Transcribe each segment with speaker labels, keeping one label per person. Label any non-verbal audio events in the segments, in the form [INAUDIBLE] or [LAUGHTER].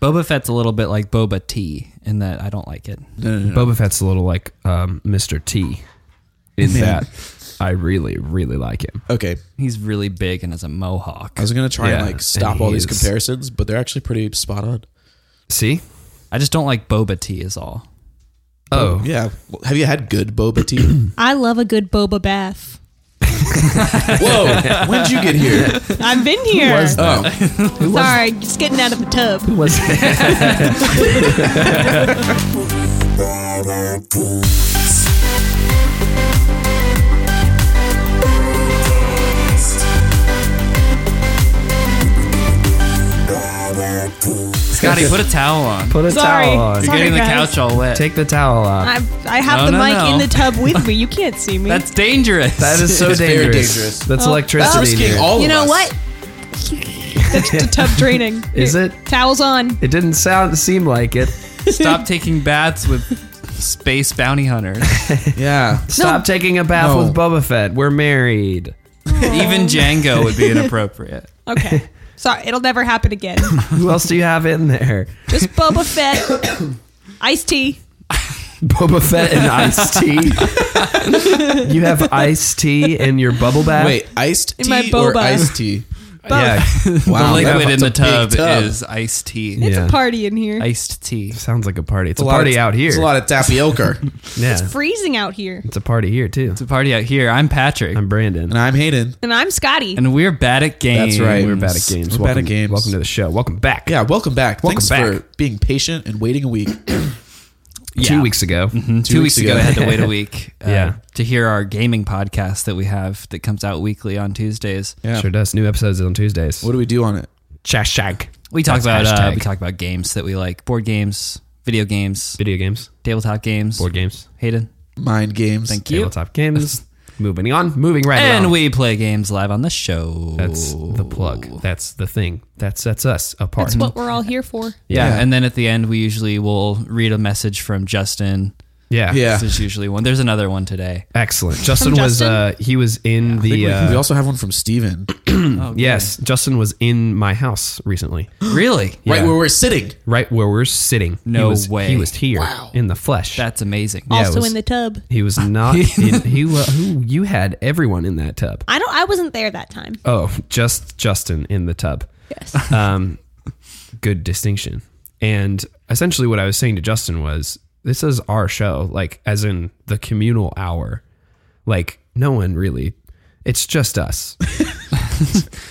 Speaker 1: Boba Fett's a little bit like Boba Tea in that I don't like it.
Speaker 2: Boba Fett's a little like um, Mr. T in that I really, really like him.
Speaker 3: Okay,
Speaker 1: He's really big and has a mohawk.
Speaker 3: I was gonna try and
Speaker 2: Yeah,
Speaker 3: like stop
Speaker 2: and
Speaker 3: all these
Speaker 2: he's-
Speaker 3: comparisons, but they're actually pretty spot on.
Speaker 2: See?
Speaker 1: I just don't like Boba Tea is all.
Speaker 2: Oh,
Speaker 3: Yeah, Well, have you had good boba
Speaker 2: [COUGHS]
Speaker 3: tea?
Speaker 4: I love a good boba bath.
Speaker 3: Whoa, when'd you get
Speaker 2: [LAUGHS]
Speaker 3: here?
Speaker 4: I've been here.
Speaker 3: Oh,
Speaker 4: Sorry, just getting out of the tub.
Speaker 1: Scotty, put a towel on.
Speaker 2: put a
Speaker 4: Sorry.
Speaker 2: towel on.
Speaker 1: You're
Speaker 4: Sorry,
Speaker 1: getting the
Speaker 4: guys.
Speaker 1: couch all wet.
Speaker 2: Take the towel off.
Speaker 4: I, I have
Speaker 1: No,
Speaker 4: the
Speaker 1: no,
Speaker 4: mic
Speaker 1: no.
Speaker 4: in the tub
Speaker 1: [LAUGHS]
Speaker 4: with me. You can't see me.
Speaker 1: That's dangerous.
Speaker 2: that is
Speaker 1: [LAUGHS]
Speaker 2: so
Speaker 3: It's very
Speaker 2: dangerous.
Speaker 3: dangerous.
Speaker 2: That's
Speaker 4: Oh,
Speaker 2: electricity.
Speaker 4: that's
Speaker 2: in
Speaker 3: risking
Speaker 2: here.
Speaker 3: all
Speaker 4: you
Speaker 3: of
Speaker 4: know
Speaker 3: us.
Speaker 4: what? That's the tub draining.
Speaker 2: [LAUGHS] Is it?
Speaker 4: Towels on.
Speaker 2: It didn't sound seem like it.
Speaker 1: Stop taking baths with space bounty hunters.
Speaker 3: Yeah,
Speaker 2: Stop taking a bath
Speaker 3: No.
Speaker 2: with Boba Fett. We're married.
Speaker 1: [LAUGHS] Even Django would be inappropriate.
Speaker 2: [LAUGHS]
Speaker 4: Okay. Sorry, it'll never happen again.
Speaker 2: Who else do you have in there?
Speaker 4: Just Boba Fett,
Speaker 2: [COUGHS]
Speaker 4: iced tea.
Speaker 2: Boba Fett and iced tea. [LAUGHS] you have iced tea in your bubble bath.
Speaker 3: wait, iced
Speaker 4: In my
Speaker 3: tea or
Speaker 4: boba.
Speaker 3: iced
Speaker 2: [LAUGHS]
Speaker 3: tea?
Speaker 2: yeah,
Speaker 3: Wow,
Speaker 1: the liquid in
Speaker 3: that's
Speaker 1: the
Speaker 3: a
Speaker 1: tub,
Speaker 3: big
Speaker 1: is iced tea.
Speaker 4: It's
Speaker 2: Yeah.
Speaker 4: a party in here.
Speaker 1: Iced tea.
Speaker 2: [LAUGHS] sounds like a party. It's,
Speaker 3: a
Speaker 2: a,
Speaker 3: lot
Speaker 2: party
Speaker 3: of-
Speaker 2: out here.
Speaker 3: It's a lot of
Speaker 2: [LAUGHS]
Speaker 3: tapioca,
Speaker 2: yeah,
Speaker 4: Freezing out here.
Speaker 2: it's a party here too.
Speaker 1: It's a party out here. I'm Patrick,
Speaker 2: I'm Brandon.
Speaker 3: and I'm Hayden.
Speaker 4: And I'm Scotty.
Speaker 1: and we're bad at games.
Speaker 3: That's right.
Speaker 2: We're bad at games.
Speaker 3: We're bad
Speaker 2: welcome,
Speaker 3: at games.
Speaker 2: Welcome to the show. Welcome back.
Speaker 3: Yeah, welcome back.
Speaker 2: Welcome
Speaker 3: Thanks for
Speaker 2: back.
Speaker 3: being patient and waiting a week.
Speaker 1: Yeah. Mm-hmm.
Speaker 2: two weeks ago.
Speaker 1: Two, weeks, ago, I had to wait
Speaker 2: [LAUGHS]
Speaker 1: a week. uh,
Speaker 2: Yeah.
Speaker 1: to hear our gaming podcast that we have that comes out weekly on Tuesdays.
Speaker 3: Yeah.
Speaker 2: Sure does. New episodes on Tuesdays.
Speaker 3: What do we do on it?
Speaker 2: Chash shag.
Speaker 1: We talk about
Speaker 2: That's
Speaker 1: uh,
Speaker 2: hashtag.
Speaker 1: we talk about games that we like, board games, video games,
Speaker 2: Video games,
Speaker 1: tabletop games.
Speaker 2: board games,
Speaker 1: Hayden,
Speaker 3: Mind games.
Speaker 1: thank you.
Speaker 2: tabletop games. moving on. Moving right
Speaker 1: And
Speaker 2: along.
Speaker 1: we play games live on the show.
Speaker 2: That's the plug. That's the thing. That sets us apart.
Speaker 4: That's what we're all here for.
Speaker 1: Yeah.
Speaker 3: Yeah.
Speaker 1: and then at the end, we usually will read a message from Justin.
Speaker 2: yeah.
Speaker 3: Yeah.
Speaker 1: This is usually one. There's another one
Speaker 2: [GASPS]
Speaker 1: today.
Speaker 2: Excellent. Justin was
Speaker 4: Justin?
Speaker 2: uh he was in
Speaker 3: I think
Speaker 2: the
Speaker 3: we, we
Speaker 2: uh,
Speaker 3: also have one from Steven.
Speaker 2: Yes, Justin was in my house recently.
Speaker 1: Really?
Speaker 2: Yeah.
Speaker 3: Right where we're sitting.
Speaker 2: right where we're sitting.
Speaker 1: No
Speaker 2: he was,
Speaker 1: way.
Speaker 2: He was here in the flesh.
Speaker 1: That's amazing.
Speaker 2: Yeah, it
Speaker 4: also
Speaker 2: was-
Speaker 4: in the tub.
Speaker 2: he was not in he wa- who you had everyone in that tub.
Speaker 4: I don't I wasn't there
Speaker 1: [LAUGHS]
Speaker 4: that time.
Speaker 2: Oh, just Justin in the tub.
Speaker 4: Yes.
Speaker 2: Um, good distinction. And essentially, what I was saying to Justin was, this is our show, like as in the communal hour. Like no one really, it's
Speaker 1: [LAUGHS]
Speaker 2: just us.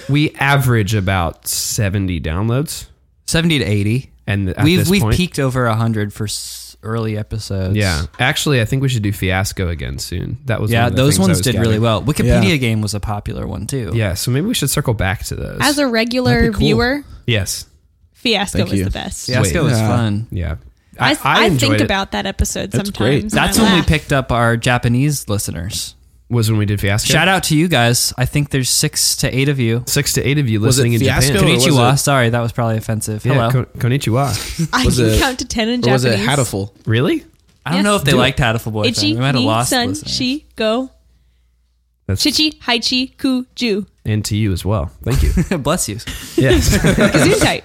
Speaker 2: we average about seventy downloads,
Speaker 1: 70 to 80.
Speaker 2: and at
Speaker 1: we've
Speaker 2: this
Speaker 1: we've
Speaker 2: point,
Speaker 1: peaked over 100 for s- early episodes.
Speaker 2: Yeah, actually, I think we should do Fiasco again soon. That was
Speaker 1: Yeah,
Speaker 2: one of the
Speaker 1: those
Speaker 2: things I
Speaker 1: ones
Speaker 2: was
Speaker 1: did really
Speaker 2: gathering.
Speaker 1: well. Wikipedia
Speaker 3: Yeah.
Speaker 1: game was a popular one too.
Speaker 2: Yeah, so maybe we should circle back to those.
Speaker 4: As a regular
Speaker 3: cool.
Speaker 4: viewer,
Speaker 2: yes,
Speaker 4: Fiasco
Speaker 3: Thank
Speaker 4: is
Speaker 3: you.
Speaker 4: the best.
Speaker 1: Fiasco
Speaker 2: Wait.
Speaker 1: was
Speaker 3: Yeah.
Speaker 1: fun.
Speaker 2: yeah.
Speaker 4: I, I, think
Speaker 2: enjoyed it.
Speaker 4: about that episode
Speaker 3: That's
Speaker 4: sometimes.
Speaker 3: great.
Speaker 4: and
Speaker 1: That's
Speaker 4: I
Speaker 1: when we
Speaker 4: laugh.
Speaker 1: picked up our Japanese listeners.
Speaker 2: was when we did Fiasco.
Speaker 1: Shout out to you guys. I think there's six to eight of you.
Speaker 2: six to eight of you
Speaker 3: Was
Speaker 2: listening
Speaker 3: it
Speaker 2: in
Speaker 3: Fiasco
Speaker 2: Japan.
Speaker 3: or was
Speaker 1: Konnichiwa.
Speaker 3: it-
Speaker 1: Sorry, that was probably offensive.
Speaker 2: Oh, Yeah,
Speaker 1: Hello.
Speaker 2: kon-
Speaker 1: [LAUGHS]
Speaker 2: konnichiwa.
Speaker 4: [LAUGHS] I
Speaker 3: Was
Speaker 4: can
Speaker 3: it-
Speaker 4: count to ten in
Speaker 3: Or was
Speaker 4: Japanese.
Speaker 3: it Hatful?
Speaker 2: really?
Speaker 1: I don't
Speaker 4: Yes.
Speaker 1: know if they
Speaker 4: Do it.
Speaker 1: liked Hatful Boy. Fan.
Speaker 4: Ichi,
Speaker 1: We might have
Speaker 4: ni,
Speaker 1: lost
Speaker 4: san,
Speaker 1: listeners.
Speaker 4: [LAUGHS] shi, go.
Speaker 2: That's
Speaker 4: Chichi, haichi, ku, ju.
Speaker 2: and to you as well.
Speaker 1: [LAUGHS]
Speaker 2: Thank you.
Speaker 1: Bless you.
Speaker 2: yes,
Speaker 4: Gesundheit.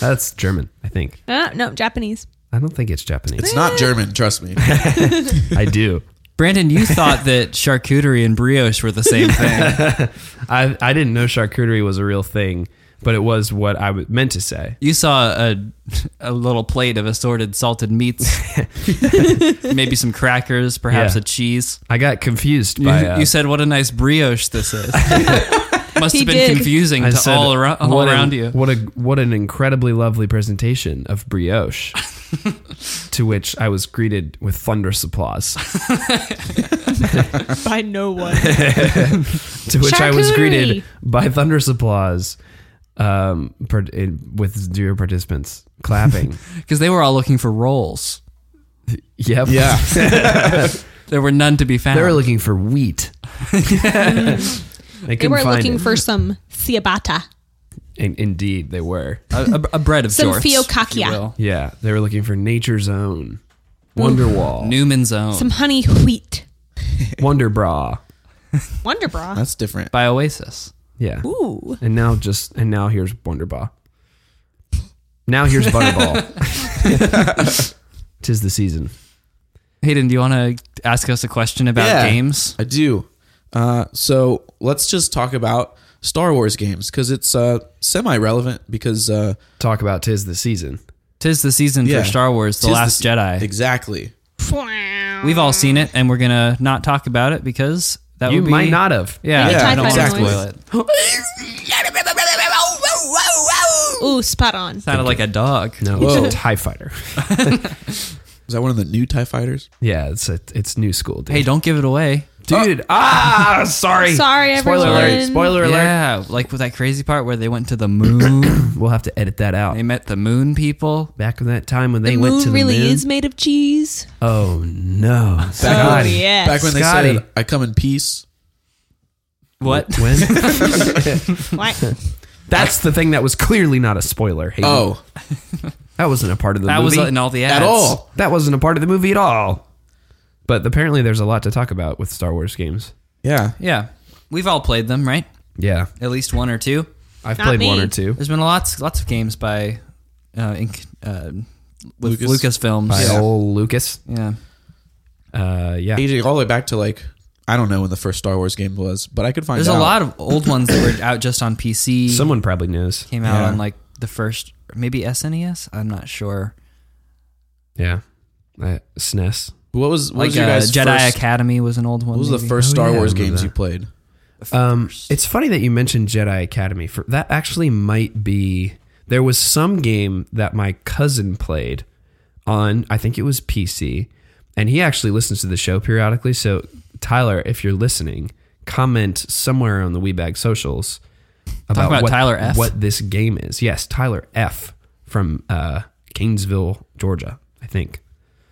Speaker 2: [LAUGHS] that's German. I think.
Speaker 4: Uh, no, Japanese.
Speaker 2: I don't think it's Japanese.
Speaker 3: It's
Speaker 1: Eh.
Speaker 3: not German, trust
Speaker 1: [LAUGHS]
Speaker 3: me.
Speaker 2: I do.
Speaker 1: Brandon, you thought that charcuterie and brioche were the same thing.
Speaker 2: I I didn't know charcuterie was a real thing, but it was what I w- meant to say.
Speaker 1: You saw a a little plate of assorted salted meats, maybe some crackers, perhaps
Speaker 2: Yeah.
Speaker 1: a cheese.
Speaker 2: I got confused
Speaker 1: You,
Speaker 2: by. uh,
Speaker 1: you said, "What a nice brioche this is." [LAUGHS] Must
Speaker 4: He
Speaker 1: have been
Speaker 4: did.
Speaker 1: confusing
Speaker 2: I
Speaker 1: to
Speaker 2: said,
Speaker 1: all, around, all
Speaker 2: what a-
Speaker 1: around you.
Speaker 2: What a what an incredibly lovely presentation of
Speaker 1: [LAUGHS]
Speaker 2: brioche. to which I was greeted with thunderous applause. [LAUGHS]
Speaker 4: By no one.
Speaker 2: to which I was greeted
Speaker 4: Charcuterie.
Speaker 2: by thunderous applause um, par- in- with dear participants
Speaker 1: [LAUGHS]
Speaker 2: clapping.
Speaker 1: Because they were all looking for rolls.
Speaker 2: yep.
Speaker 3: Yeah.
Speaker 1: There were none to be found.
Speaker 2: They were looking for
Speaker 1: [LAUGHS]
Speaker 2: wheat. they
Speaker 4: They
Speaker 2: couldn't
Speaker 4: were
Speaker 2: find
Speaker 4: looking
Speaker 2: it.
Speaker 4: for some ciabatta.
Speaker 2: In- indeed, they were.
Speaker 1: a, a- a bread of
Speaker 4: Some
Speaker 1: sorts, if you
Speaker 4: focaccia.
Speaker 1: will.
Speaker 2: Yeah, they were looking for Nature's Own, Wonderwall, [LAUGHS]
Speaker 1: Newman's Own
Speaker 4: Some honey wheat.
Speaker 2: Wonder Bra.
Speaker 4: Wonder bra.
Speaker 1: [LAUGHS]
Speaker 3: That's different.
Speaker 1: by Oasis.
Speaker 2: Yeah.
Speaker 4: Ooh.
Speaker 2: And now just and now here's Wonder Bra. Now
Speaker 1: [LAUGHS]
Speaker 2: here's Butterball. Tis the season.
Speaker 1: Hayden, do you want to ask us a question about
Speaker 3: Yeah.
Speaker 1: games?
Speaker 3: I do. Uh, so let's just talk about Star Wars games because it's uh, semi relevant because uh,
Speaker 2: Talk about tis the season.
Speaker 1: Tis the season
Speaker 3: Yeah.
Speaker 1: for Star Wars: The
Speaker 3: tis
Speaker 1: Last
Speaker 3: se-
Speaker 1: Jedi.
Speaker 3: Exactly.
Speaker 1: We've all seen it, and we're gonna not talk about it because that
Speaker 2: You
Speaker 1: would be,
Speaker 2: might not have.
Speaker 1: Yeah,
Speaker 3: Yeah,
Speaker 1: I don't want to
Speaker 3: exactly.
Speaker 1: spoil it.
Speaker 4: Ooh, spot on.
Speaker 1: Sounded like a dog.
Speaker 2: No,
Speaker 3: Whoa.
Speaker 2: it's a Tie Fighter.
Speaker 3: Is that one of the new TIE fighters?
Speaker 2: Yeah, it's a, it's new school, dude.
Speaker 1: Hey, don't give it away.
Speaker 2: dude. Ah, sorry.
Speaker 4: Sorry,
Speaker 2: Spoiler alert.
Speaker 4: everyone.
Speaker 2: Spoiler alert.
Speaker 1: Yeah, like with that crazy part where they went to the moon.
Speaker 2: We'll have to edit that out.
Speaker 1: they met the moon people.
Speaker 2: Back in that time when they
Speaker 4: the
Speaker 2: went
Speaker 4: moon
Speaker 2: to the
Speaker 4: really
Speaker 2: moon.
Speaker 4: is made of cheese.
Speaker 2: Oh no,
Speaker 4: Oh,
Speaker 2: Scotty.
Speaker 4: yes.
Speaker 3: Back when they
Speaker 2: Scotty.
Speaker 3: said, I come in peace.
Speaker 1: What?
Speaker 2: When?
Speaker 4: What?
Speaker 2: That's the thing that was clearly not a spoiler. Hayden.
Speaker 3: Oh,
Speaker 2: that wasn't a part of the
Speaker 1: That was
Speaker 2: movie
Speaker 1: in all the ads.
Speaker 3: at all.
Speaker 2: That wasn't a part of the movie at all. But apparently, there's a lot to talk about with Star Wars games.
Speaker 3: Yeah.
Speaker 1: Yeah, we've all played them, right?
Speaker 2: Yeah,
Speaker 1: At least one or two.
Speaker 2: I've
Speaker 4: Not
Speaker 2: played one
Speaker 4: me.
Speaker 2: or two.
Speaker 1: There's been lots, lots of games by, uh, Inc, uh with
Speaker 3: Lucas.
Speaker 1: Lucasfilms.
Speaker 2: By
Speaker 3: Yeah.
Speaker 2: old Lucas.
Speaker 1: Yeah.
Speaker 2: Uh, yeah,
Speaker 3: Aging all the way back to like, I don't know when the first Star Wars game was, but I could find
Speaker 1: There's
Speaker 3: out.
Speaker 1: a lot of old ones that were out just on
Speaker 3: [CLEARS THROAT]
Speaker 1: PC.
Speaker 2: someone probably knows.
Speaker 1: came out
Speaker 3: Yeah.
Speaker 1: on like the first, maybe SNES. I'm not sure.
Speaker 2: Yeah, uh, SNES.
Speaker 3: What was, what
Speaker 1: Like
Speaker 3: was your
Speaker 1: uh,
Speaker 3: guys
Speaker 1: Jedi
Speaker 3: first,
Speaker 1: Academy was an old one.
Speaker 3: What was the
Speaker 1: maybe.
Speaker 3: first
Speaker 2: Oh,
Speaker 3: Star
Speaker 2: yeah, I
Speaker 3: Wars
Speaker 2: remember
Speaker 3: games
Speaker 2: that.
Speaker 3: you played?
Speaker 2: Um, it's funny that you mentioned Jedi Academy. For that actually might be there was some game that my cousin played on. I think it was PC, and he actually listens to the show periodically. So Tyler, if you're listening, comment somewhere on the Weebag socials about,
Speaker 1: about
Speaker 2: what,
Speaker 1: Tyler F?
Speaker 2: what this game is. Yes, Tyler F from uh, Gainesville, Georgia. I think.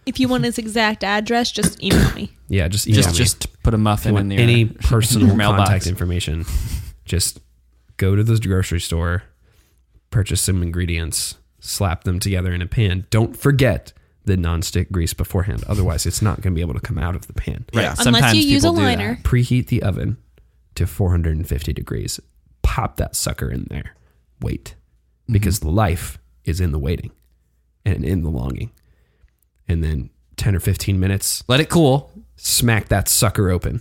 Speaker 4: If you want his exact address, just email me.
Speaker 2: Yeah, just email
Speaker 1: Just,
Speaker 2: me.
Speaker 1: just put a
Speaker 2: If you
Speaker 1: muffin in
Speaker 2: want
Speaker 1: your [LAUGHS]
Speaker 2: any
Speaker 1: in
Speaker 2: personal
Speaker 1: your mailbox.
Speaker 2: contact information, just go to the grocery store, purchase some ingredients, slap them together in a pan. Don't forget the nonstick grease beforehand. Otherwise, it's not going to be able to come out of the pan.
Speaker 1: Right.
Speaker 3: Yeah.
Speaker 4: Unless
Speaker 1: Sometimes
Speaker 4: you use a
Speaker 1: people do that.
Speaker 4: liner.
Speaker 2: Preheat the oven to 450 degrees. Pop that sucker in there. Wait,
Speaker 1: Mm-hmm.
Speaker 2: because life is in the waiting and in the longing. And then 10 or 15 minutes
Speaker 1: Let it cool.
Speaker 2: smack that sucker open.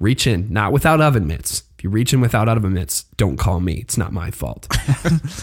Speaker 2: Reach in, not without oven mitts. If you reach in without oven mitts, don't call me. It's not
Speaker 1: [LAUGHS]
Speaker 2: my fault.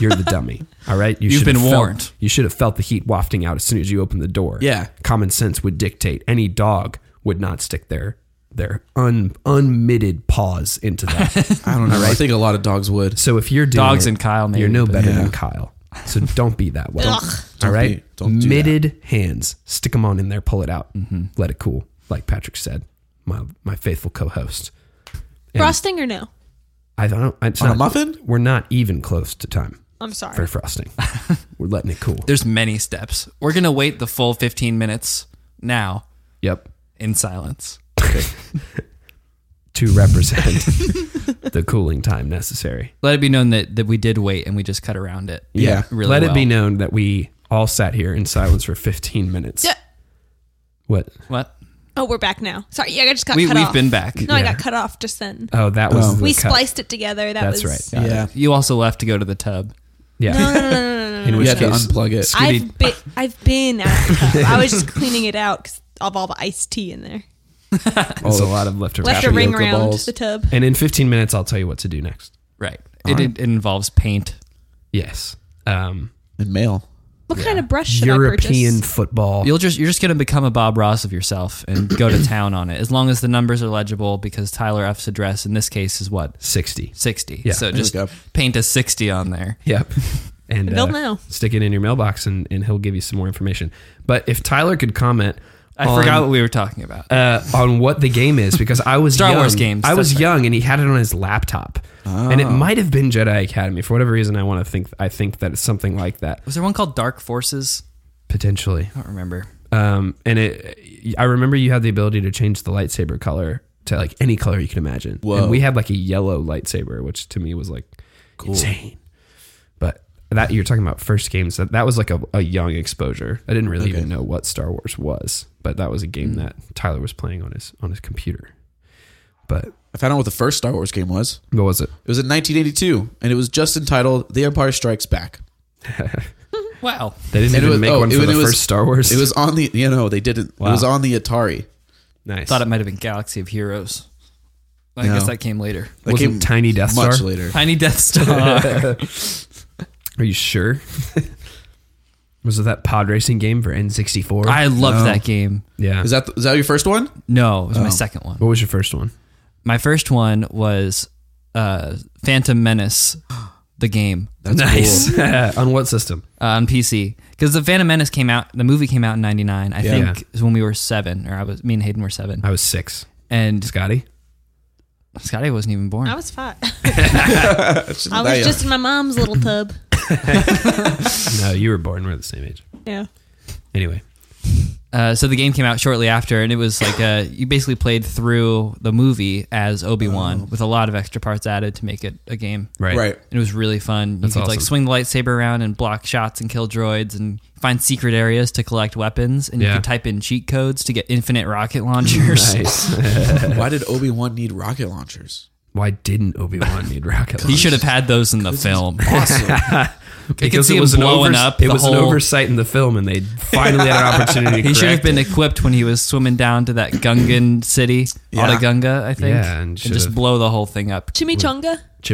Speaker 2: You're the dummy. All right. You
Speaker 1: You've
Speaker 2: should have
Speaker 1: been
Speaker 2: felt-
Speaker 1: warned.
Speaker 2: you should have felt the heat wafting out as soon as you opened the door.
Speaker 3: Yeah.
Speaker 2: Common sense would dictate any dog would not stick their their un, unmitted paws
Speaker 1: [LAUGHS]
Speaker 2: into that.
Speaker 3: I don't know. I think a lot of dogs would.
Speaker 2: so if you're doing
Speaker 1: Dogs
Speaker 2: it,
Speaker 1: and Kyle, maybe,
Speaker 2: you're no
Speaker 1: but-
Speaker 2: better
Speaker 3: Yeah.
Speaker 2: than Kyle.
Speaker 3: [LAUGHS]
Speaker 2: So don't be that way.
Speaker 3: Don't
Speaker 2: All right.
Speaker 3: be- don't do that. Mm-hmm.
Speaker 2: Mitted hands. Stick them on in there. Pull it out. Let it cool. Like Patrick said, my my faithful co-host. And
Speaker 4: Frosting or no?
Speaker 2: I don't. It's
Speaker 3: On a
Speaker 2: not,
Speaker 3: muffin?
Speaker 2: We're not even close to time
Speaker 4: I'm sorry.
Speaker 2: for
Speaker 3: [LAUGHS]
Speaker 2: frosting. we're letting it cool.
Speaker 1: There's many steps. We're gonna wait the full 15 minutes now
Speaker 2: Yep.
Speaker 1: in silence.
Speaker 3: [LAUGHS]
Speaker 2: To represent the cooling time necessary.
Speaker 1: Let it be known that that we did wait and we just cut around it.
Speaker 3: Yeah.
Speaker 1: Really
Speaker 2: Let it
Speaker 1: well.
Speaker 2: be known that we all sat here in silence for 15 minutes.
Speaker 4: Yeah.
Speaker 2: What?
Speaker 1: What?
Speaker 4: Oh, we're back now. Sorry, yeah, I just got
Speaker 1: We,
Speaker 4: cut
Speaker 1: we've
Speaker 4: off.
Speaker 1: been back.
Speaker 4: No, I
Speaker 2: Yeah.
Speaker 4: got cut off just then.
Speaker 2: Oh, that was.
Speaker 3: Oh.
Speaker 2: the
Speaker 4: we
Speaker 2: cut.
Speaker 4: spliced it together. That
Speaker 2: That's
Speaker 4: was [LAUGHS]
Speaker 2: right.
Speaker 3: Yeah. yeah.
Speaker 1: You also left to go to the tub.
Speaker 2: Yeah.
Speaker 4: No, no, no, no, no, no.
Speaker 2: In
Speaker 3: You
Speaker 2: which
Speaker 3: had to
Speaker 2: case,
Speaker 3: unplug it.
Speaker 4: uh, I've been, I've been at the club. I was just cleaning it out because of all the iced tea in there.
Speaker 2: it's a lot of leftover.
Speaker 4: Left a ring
Speaker 3: tapioca
Speaker 4: around
Speaker 3: balls.
Speaker 4: the tub.
Speaker 2: And in 15 minutes, I'll tell you what to do next.
Speaker 1: Right. It, it involves paint.
Speaker 2: Yes. Um,
Speaker 3: And mail.
Speaker 4: What kind of brush should I
Speaker 2: European
Speaker 4: purchase?
Speaker 2: football.
Speaker 1: You'll just you're just gonna become a Bob Ross of yourself
Speaker 2: [COUGHS]
Speaker 1: and go to town on it as long as the numbers are legible because Tyler F's address in this case is what
Speaker 2: 60.
Speaker 1: 60.
Speaker 2: Yeah.
Speaker 1: so
Speaker 3: There we
Speaker 1: just
Speaker 3: go.
Speaker 1: paint a 60 on there.
Speaker 2: Yep. [LAUGHS] And uh,
Speaker 4: They'll know.
Speaker 2: stick it in your mailbox and, and he'll give you some more information. But if Tyler could comment
Speaker 1: I
Speaker 2: on,
Speaker 1: forgot what we were talking about.
Speaker 2: uh, on what the game is because I was
Speaker 1: Star
Speaker 2: young.
Speaker 1: Wars games,
Speaker 2: I was
Speaker 1: that's right. Oh.
Speaker 2: young and he had it on his laptop. And it might have been Jedi Academy. For whatever reason I want to think I think that it's something like that.
Speaker 1: Was there one called Dark Forces?
Speaker 2: Potentially.
Speaker 1: I don't remember.
Speaker 2: Um, and it, I remember you had the ability to change the lightsaber color to like any color you can imagine.
Speaker 3: Whoa.
Speaker 2: And we had like a yellow lightsaber, which to me was like insane. But that you're talking about first games that that was like a, a young exposure. I didn't really
Speaker 3: Okay. Hmm.
Speaker 2: even know what Star Wars was, but that was a game that Tyler was playing on his on his computer. But
Speaker 3: I found out what the first Star Wars game was.
Speaker 2: what was it?
Speaker 3: It was in 1982, and it was just entitled The Empire Strikes Back.
Speaker 1: Wow.
Speaker 2: They didn't
Speaker 3: And
Speaker 2: even make
Speaker 3: oh,
Speaker 2: one for
Speaker 3: it
Speaker 2: the first Star Wars.
Speaker 3: It was on the [LAUGHS] you know they didn't. It was on the Atari.
Speaker 2: [LAUGHS] nice.
Speaker 1: Thought it might have been Galaxy of Heroes. I
Speaker 3: No.
Speaker 1: guess that came later.
Speaker 3: That
Speaker 2: Wasn't
Speaker 3: came
Speaker 2: Tiny Death
Speaker 3: much
Speaker 2: Star?
Speaker 3: later.
Speaker 1: Tiny Death
Speaker 3: [LAUGHS]
Speaker 2: [LAUGHS]
Speaker 1: Star.
Speaker 2: Are you sure? [LAUGHS] was it that pod racing game for N64?
Speaker 1: I loved that game.
Speaker 2: yeah.
Speaker 3: Is that is that your first one?
Speaker 1: No, it was my
Speaker 3: Oh.
Speaker 1: second one.
Speaker 2: what was your first one?
Speaker 1: My first one was uh, Phantom Menace, the game.
Speaker 3: That's
Speaker 1: [LAUGHS]
Speaker 2: Nice. on what system?
Speaker 1: uh, on PC because the Phantom Menace came out. The movie came out in '99. I
Speaker 3: Yeah.
Speaker 1: think is when we were seven, or I was me and Hayden were seven,
Speaker 2: I was six.
Speaker 1: and
Speaker 2: Scotty?
Speaker 1: Scotty wasn't even born.
Speaker 4: I was five.
Speaker 3: Cool. [LAUGHS]
Speaker 4: I was just in my mom's little tub.
Speaker 2: No, you were born. We're the same age.
Speaker 4: Yeah.
Speaker 2: Anyway.
Speaker 1: Uh, so the game came out shortly after, and it was like uh you basically played through the movie as Obi Wan with a lot of extra parts added to make it a game.
Speaker 2: Right.
Speaker 3: Oh. right.
Speaker 1: It was really fun. You
Speaker 2: That's
Speaker 1: could like
Speaker 2: awesome.
Speaker 1: swing the lightsaber around and block shots and kill droids and find secret areas to collect weapons, and you
Speaker 2: Yeah.
Speaker 1: could type in cheat codes to get infinite rocket launchers.
Speaker 2: [LAUGHS] Nice.
Speaker 3: Why did Obi Wan need rocket launchers?
Speaker 2: Why didn't Obi Wan need rocket
Speaker 1: He
Speaker 2: launchers?
Speaker 1: should have had those in the film.
Speaker 3: Awesome.
Speaker 1: I could see him blowing up
Speaker 2: It
Speaker 1: the
Speaker 2: was an
Speaker 1: whole-
Speaker 2: oversight in the film, and they finally
Speaker 1: [LAUGHS]
Speaker 2: had an opportunity. to
Speaker 1: He should have
Speaker 2: correct
Speaker 1: been
Speaker 2: it.
Speaker 1: equipped when he was swimming down to that Gungan city,
Speaker 3: Yeah.
Speaker 1: Otagunga, I think.
Speaker 2: Yeah, and
Speaker 1: just
Speaker 2: should've-
Speaker 1: blow the whole thing up.
Speaker 4: Chimichanga.
Speaker 1: Chimichanga.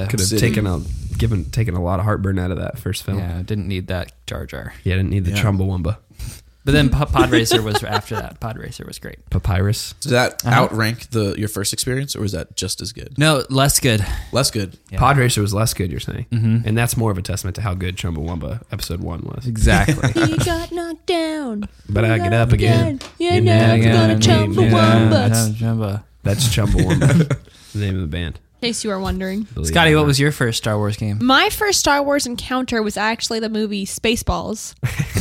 Speaker 2: Chimichanga could have
Speaker 3: City.
Speaker 2: taken a given taken a lot of heartburn out of that first film. Yeah,
Speaker 1: Yeah, didn't need that Jar Jar.
Speaker 2: didn't need the
Speaker 3: Yeah.
Speaker 2: Chumbawamba
Speaker 1: But then P- Pod Racer was after that. Pod Racer was great.
Speaker 2: papyrus.
Speaker 3: Did that outrank the your first experience, or was that just as good?
Speaker 1: No, less good.
Speaker 3: Less good.
Speaker 1: Yeah.
Speaker 2: Pod racer was less good. You're saying, mm-hmm. and that's more of a testament to how good Chumbawamba episode one was.
Speaker 1: Exactly.
Speaker 4: He got knocked down.
Speaker 2: [LAUGHS] But
Speaker 4: He
Speaker 2: I
Speaker 4: got
Speaker 2: get up
Speaker 4: up
Speaker 2: again.
Speaker 4: Yeah,
Speaker 2: And
Speaker 4: now
Speaker 2: then
Speaker 4: I'm
Speaker 2: again.
Speaker 4: gonna jump for
Speaker 2: Yeah.
Speaker 4: one
Speaker 2: That's Chumbawamba, the name of the band.
Speaker 4: In case you are wondering.
Speaker 2: Believe it
Speaker 1: Scotty,
Speaker 2: or
Speaker 1: what
Speaker 2: not.
Speaker 1: was your first Star Wars game?
Speaker 4: My first Star Wars encounter was actually the
Speaker 2: [LAUGHS]
Speaker 4: movie Spaceballs.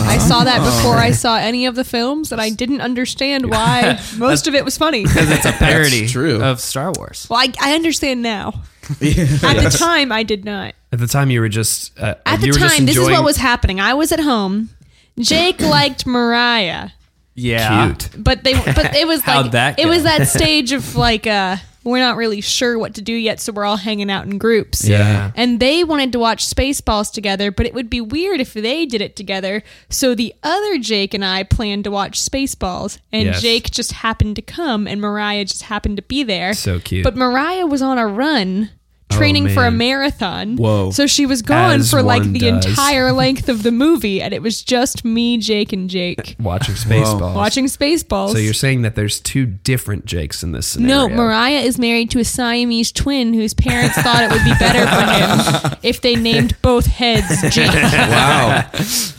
Speaker 4: I
Speaker 2: Oh.
Speaker 4: saw that before I saw any of the films, and I didn't
Speaker 2: [LAUGHS]
Speaker 4: understand why most of it was funny. Well,
Speaker 1: It's a parody
Speaker 3: true.
Speaker 1: of Star Wars.
Speaker 4: I, I
Speaker 2: [LAUGHS]
Speaker 4: understand now. At the time, I did not.
Speaker 2: at the time you were just uh,
Speaker 4: At
Speaker 2: you were
Speaker 4: the
Speaker 2: just
Speaker 4: time, this is
Speaker 2: enjoying-
Speaker 4: what was happening. I was at home.
Speaker 2: [CLEARS THROAT]
Speaker 4: Jake liked Mariah,
Speaker 1: Yeah.
Speaker 2: cute.
Speaker 4: but they
Speaker 2: [LAUGHS]
Speaker 4: but it was
Speaker 1: How'd
Speaker 4: like
Speaker 1: that
Speaker 4: it
Speaker 1: go?
Speaker 4: was that stage of like uh we're not really sure what to do yet, so we're all hanging out in groups.
Speaker 2: Yeah.
Speaker 4: And they wanted to watch Spaceballs together, but it would be weird if they did it together. So the other Jake and I planned to watch Spaceballs, and
Speaker 2: Yes.
Speaker 4: Jake just happened to come, and Mariah just happened to be there.
Speaker 2: So cute. Oh,
Speaker 4: But Mariah was on a run. Training for a
Speaker 2: man.
Speaker 4: marathon.
Speaker 2: Whoa.
Speaker 4: So she was gone
Speaker 2: As
Speaker 4: for like
Speaker 2: one
Speaker 4: the
Speaker 2: does.
Speaker 4: entire length of the movie, and it was just me, Jake, and Jake
Speaker 2: watching Spaceballs.
Speaker 4: watching Spaceballs.
Speaker 2: So you're saying that there's two different Jakes in this scenario?
Speaker 4: No, Mariah is married to a Siamese twin whose parents thought it would be better for
Speaker 1: [LAUGHS]
Speaker 4: him if they named both heads
Speaker 2: [LAUGHS]
Speaker 4: Jake.
Speaker 3: Wow.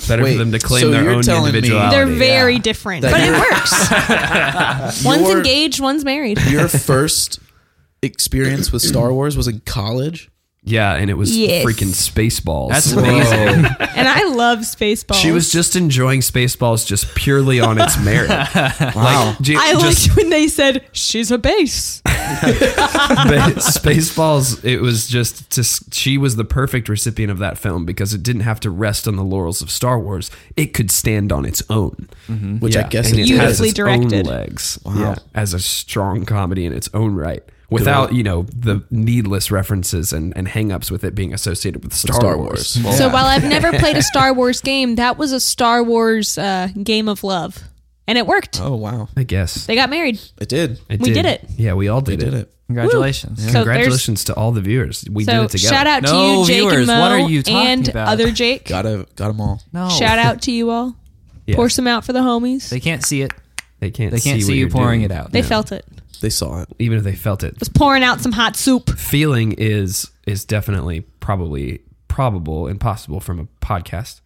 Speaker 2: Better
Speaker 3: Wait,
Speaker 2: for them to claim
Speaker 3: so
Speaker 2: their
Speaker 3: you're
Speaker 2: own
Speaker 3: telling me-
Speaker 2: individuality.
Speaker 4: They're very different,
Speaker 3: That
Speaker 4: but it
Speaker 3: you're-
Speaker 2: [LAUGHS]
Speaker 4: works. one's
Speaker 3: Your-
Speaker 4: engaged, one's married.
Speaker 3: Your first experience with Star Wars was in college.
Speaker 2: yeah, and it was
Speaker 4: Yes.
Speaker 2: freaking Spaceballs.
Speaker 1: That's
Speaker 3: Whoa.
Speaker 4: And I love Spaceballs.
Speaker 2: she was just enjoying Spaceballs just purely on its merit.
Speaker 3: wow.
Speaker 2: J-
Speaker 4: I
Speaker 2: just
Speaker 4: liked when they said she's a base.
Speaker 2: Spa- Spaceballs. It was just to, s- she was the perfect recipient of that film because it didn't have to rest on the laurels of Star Wars. It could stand on its own,
Speaker 3: Which I guess
Speaker 2: and
Speaker 3: it
Speaker 2: has
Speaker 4: Beautifully
Speaker 2: its own
Speaker 4: directed.
Speaker 2: legs. Yeah, as a strong comedy in its own right. Without you know the needless references and, and hang-ups with it being associated with Star,
Speaker 3: Star
Speaker 2: Wars.
Speaker 3: Wars. Well,
Speaker 4: So while I've never played a Star Wars game, that was a Star Wars uh, game of love, and it worked.
Speaker 3: Oh wow.
Speaker 2: I guess
Speaker 4: They got married.
Speaker 3: It did.
Speaker 2: It
Speaker 4: We did it.
Speaker 2: Yeah, we all did,
Speaker 3: It
Speaker 2: it.
Speaker 3: did it.
Speaker 1: Congratulations.
Speaker 4: So there's-
Speaker 2: Congratulations to all the viewers. We did
Speaker 4: So
Speaker 2: it together.
Speaker 4: shout out to
Speaker 1: No,
Speaker 4: you, Jake
Speaker 1: viewers,
Speaker 4: and Mo,
Speaker 1: what are you talking
Speaker 4: and
Speaker 1: about? Oh.
Speaker 4: other Jake.
Speaker 3: Got a got them all.
Speaker 1: No.
Speaker 4: Shout out to you all.
Speaker 2: Yeah.
Speaker 4: Pour some out for the homies.
Speaker 1: They
Speaker 4: They,
Speaker 1: can't see it.
Speaker 2: They can't.
Speaker 1: They can't see,
Speaker 2: what
Speaker 1: you
Speaker 2: you're
Speaker 1: pouring
Speaker 2: doing.
Speaker 1: it out.
Speaker 4: felt it.
Speaker 3: They saw it.
Speaker 2: Even if they felt it,
Speaker 4: Was pouring out some hot soup.
Speaker 2: feeling is is definitely probably probable and possible from a podcast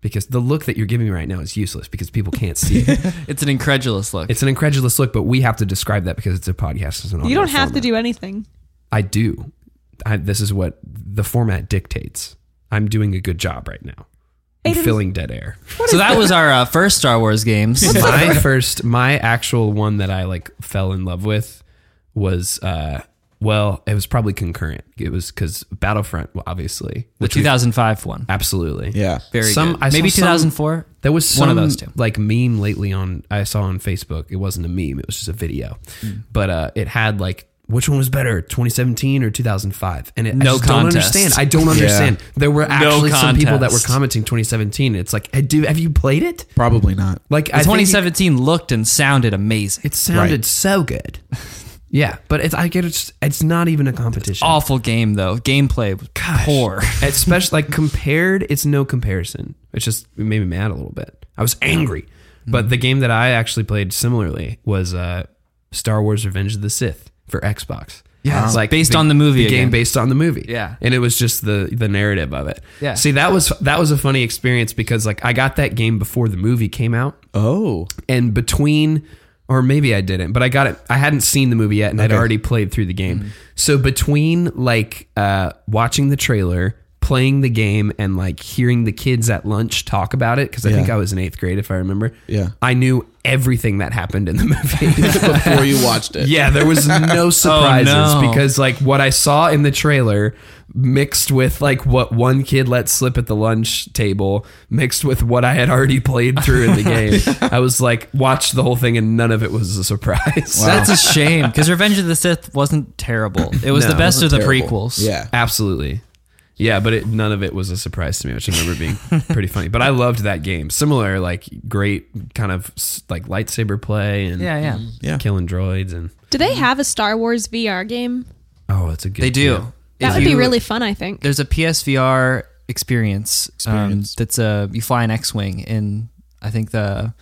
Speaker 2: because the look that you're giving me right now is useless because people can't see
Speaker 4: [LAUGHS]
Speaker 2: it.
Speaker 1: It's an incredulous look.
Speaker 2: it's an incredulous look, but we have to describe that because it's a podcast. It's an
Speaker 4: You
Speaker 2: audio
Speaker 4: don't have to
Speaker 2: format.
Speaker 4: do anything.
Speaker 2: I do. I, this is what the format dictates. I'm doing a good job right now. I'm
Speaker 4: Aiden's-
Speaker 2: filling dead
Speaker 4: [LAUGHS]
Speaker 2: air.
Speaker 1: so that was our uh, first Star Wars games.
Speaker 2: my first my actual one that i like fell in love with was uh well it was probably concurrent it was because battlefront well, obviously
Speaker 1: the
Speaker 2: which we-
Speaker 1: 2005 one.
Speaker 2: absolutely
Speaker 3: Yeah.
Speaker 1: Very
Speaker 2: Some-
Speaker 1: good.
Speaker 2: I saw
Speaker 1: Maybe
Speaker 2: some-
Speaker 1: 2004.
Speaker 2: there was some
Speaker 1: One of those two.
Speaker 2: like
Speaker 1: Mm.
Speaker 2: meme lately on i saw on facebook it wasn't a meme it was just a video but uh it had like which one was better, 2017 or 2005? And it, I
Speaker 1: No
Speaker 2: just don't
Speaker 1: contest.
Speaker 2: understand. I don't understand. There were actually some people that were
Speaker 1: contest.
Speaker 2: commenting 2017. It's like, hey, do have you played it?
Speaker 3: Probably not.
Speaker 2: Like I
Speaker 1: The
Speaker 2: think
Speaker 1: 2017 looked and sounded amazing.
Speaker 2: it sounded
Speaker 3: Right.
Speaker 1: [LAUGHS]
Speaker 2: so good. Yeah, but it's I get it's it's not even a competition.
Speaker 1: Awful game though. Gameplay was poor.
Speaker 2: [LAUGHS]
Speaker 1: [LAUGHS]
Speaker 2: especially like compared it's no comparison it's just it made me mad a little bit i was angry
Speaker 1: Mm-hmm.
Speaker 2: but the game that i actually played similarly was uh star wars revenge of the sith for xbox
Speaker 1: Yeah, it's based on the movie
Speaker 2: the game
Speaker 1: again.
Speaker 2: based on the movie
Speaker 1: Yeah.
Speaker 2: and it was just the the narrative of it
Speaker 1: Yeah.
Speaker 2: see that was that was a funny experience because like i got that game before the movie came out
Speaker 3: Oh,
Speaker 2: and between or maybe I didn't, but I got it. I hadn't seen the movie yet, and I'd already played through the game.
Speaker 3: Mm-hmm.
Speaker 2: So between like uh, watching the trailer, playing the game, and like hearing the kids at lunch talk about it, because I think
Speaker 3: Yeah.
Speaker 2: I was in eighth grade if I remember.
Speaker 3: Yeah.
Speaker 2: I knew everything that happened in the [LAUGHS] movie.
Speaker 3: [LAUGHS] before you watched it.
Speaker 2: [LAUGHS] yeah,
Speaker 1: [LAUGHS]
Speaker 2: there was no surprises
Speaker 1: Oh, no.
Speaker 2: because like what I saw in the trailer mixed with like what one kid let slip at the lunch table mixed with what I had already played through
Speaker 1: [LAUGHS]
Speaker 2: in the game. I was like watched the whole thing and none of it was a surprise.
Speaker 1: That's a shame because Revenge of the Sith wasn't terrible. It was
Speaker 2: No,
Speaker 1: the best of the
Speaker 3: Terrible.
Speaker 1: prequels.
Speaker 3: Yeah.
Speaker 2: [LAUGHS] Absolutely. Yeah, but it, none of it was a surprise to me, which I remember
Speaker 1: [LAUGHS]
Speaker 2: being pretty funny. But I loved that game. Similar, like great kind of s- like lightsaber play and
Speaker 1: yeah, yeah.
Speaker 3: Yeah.
Speaker 2: killing droids and
Speaker 4: Do they have a Star Wars VR game?
Speaker 2: oh, it's a good.
Speaker 1: They
Speaker 2: game.
Speaker 1: do.
Speaker 4: That
Speaker 1: If
Speaker 4: would be
Speaker 1: you-
Speaker 4: really fun, I think.
Speaker 1: There's a PSVR experience,
Speaker 3: Experience.
Speaker 1: Um, that's a you fly an X-wing in I think the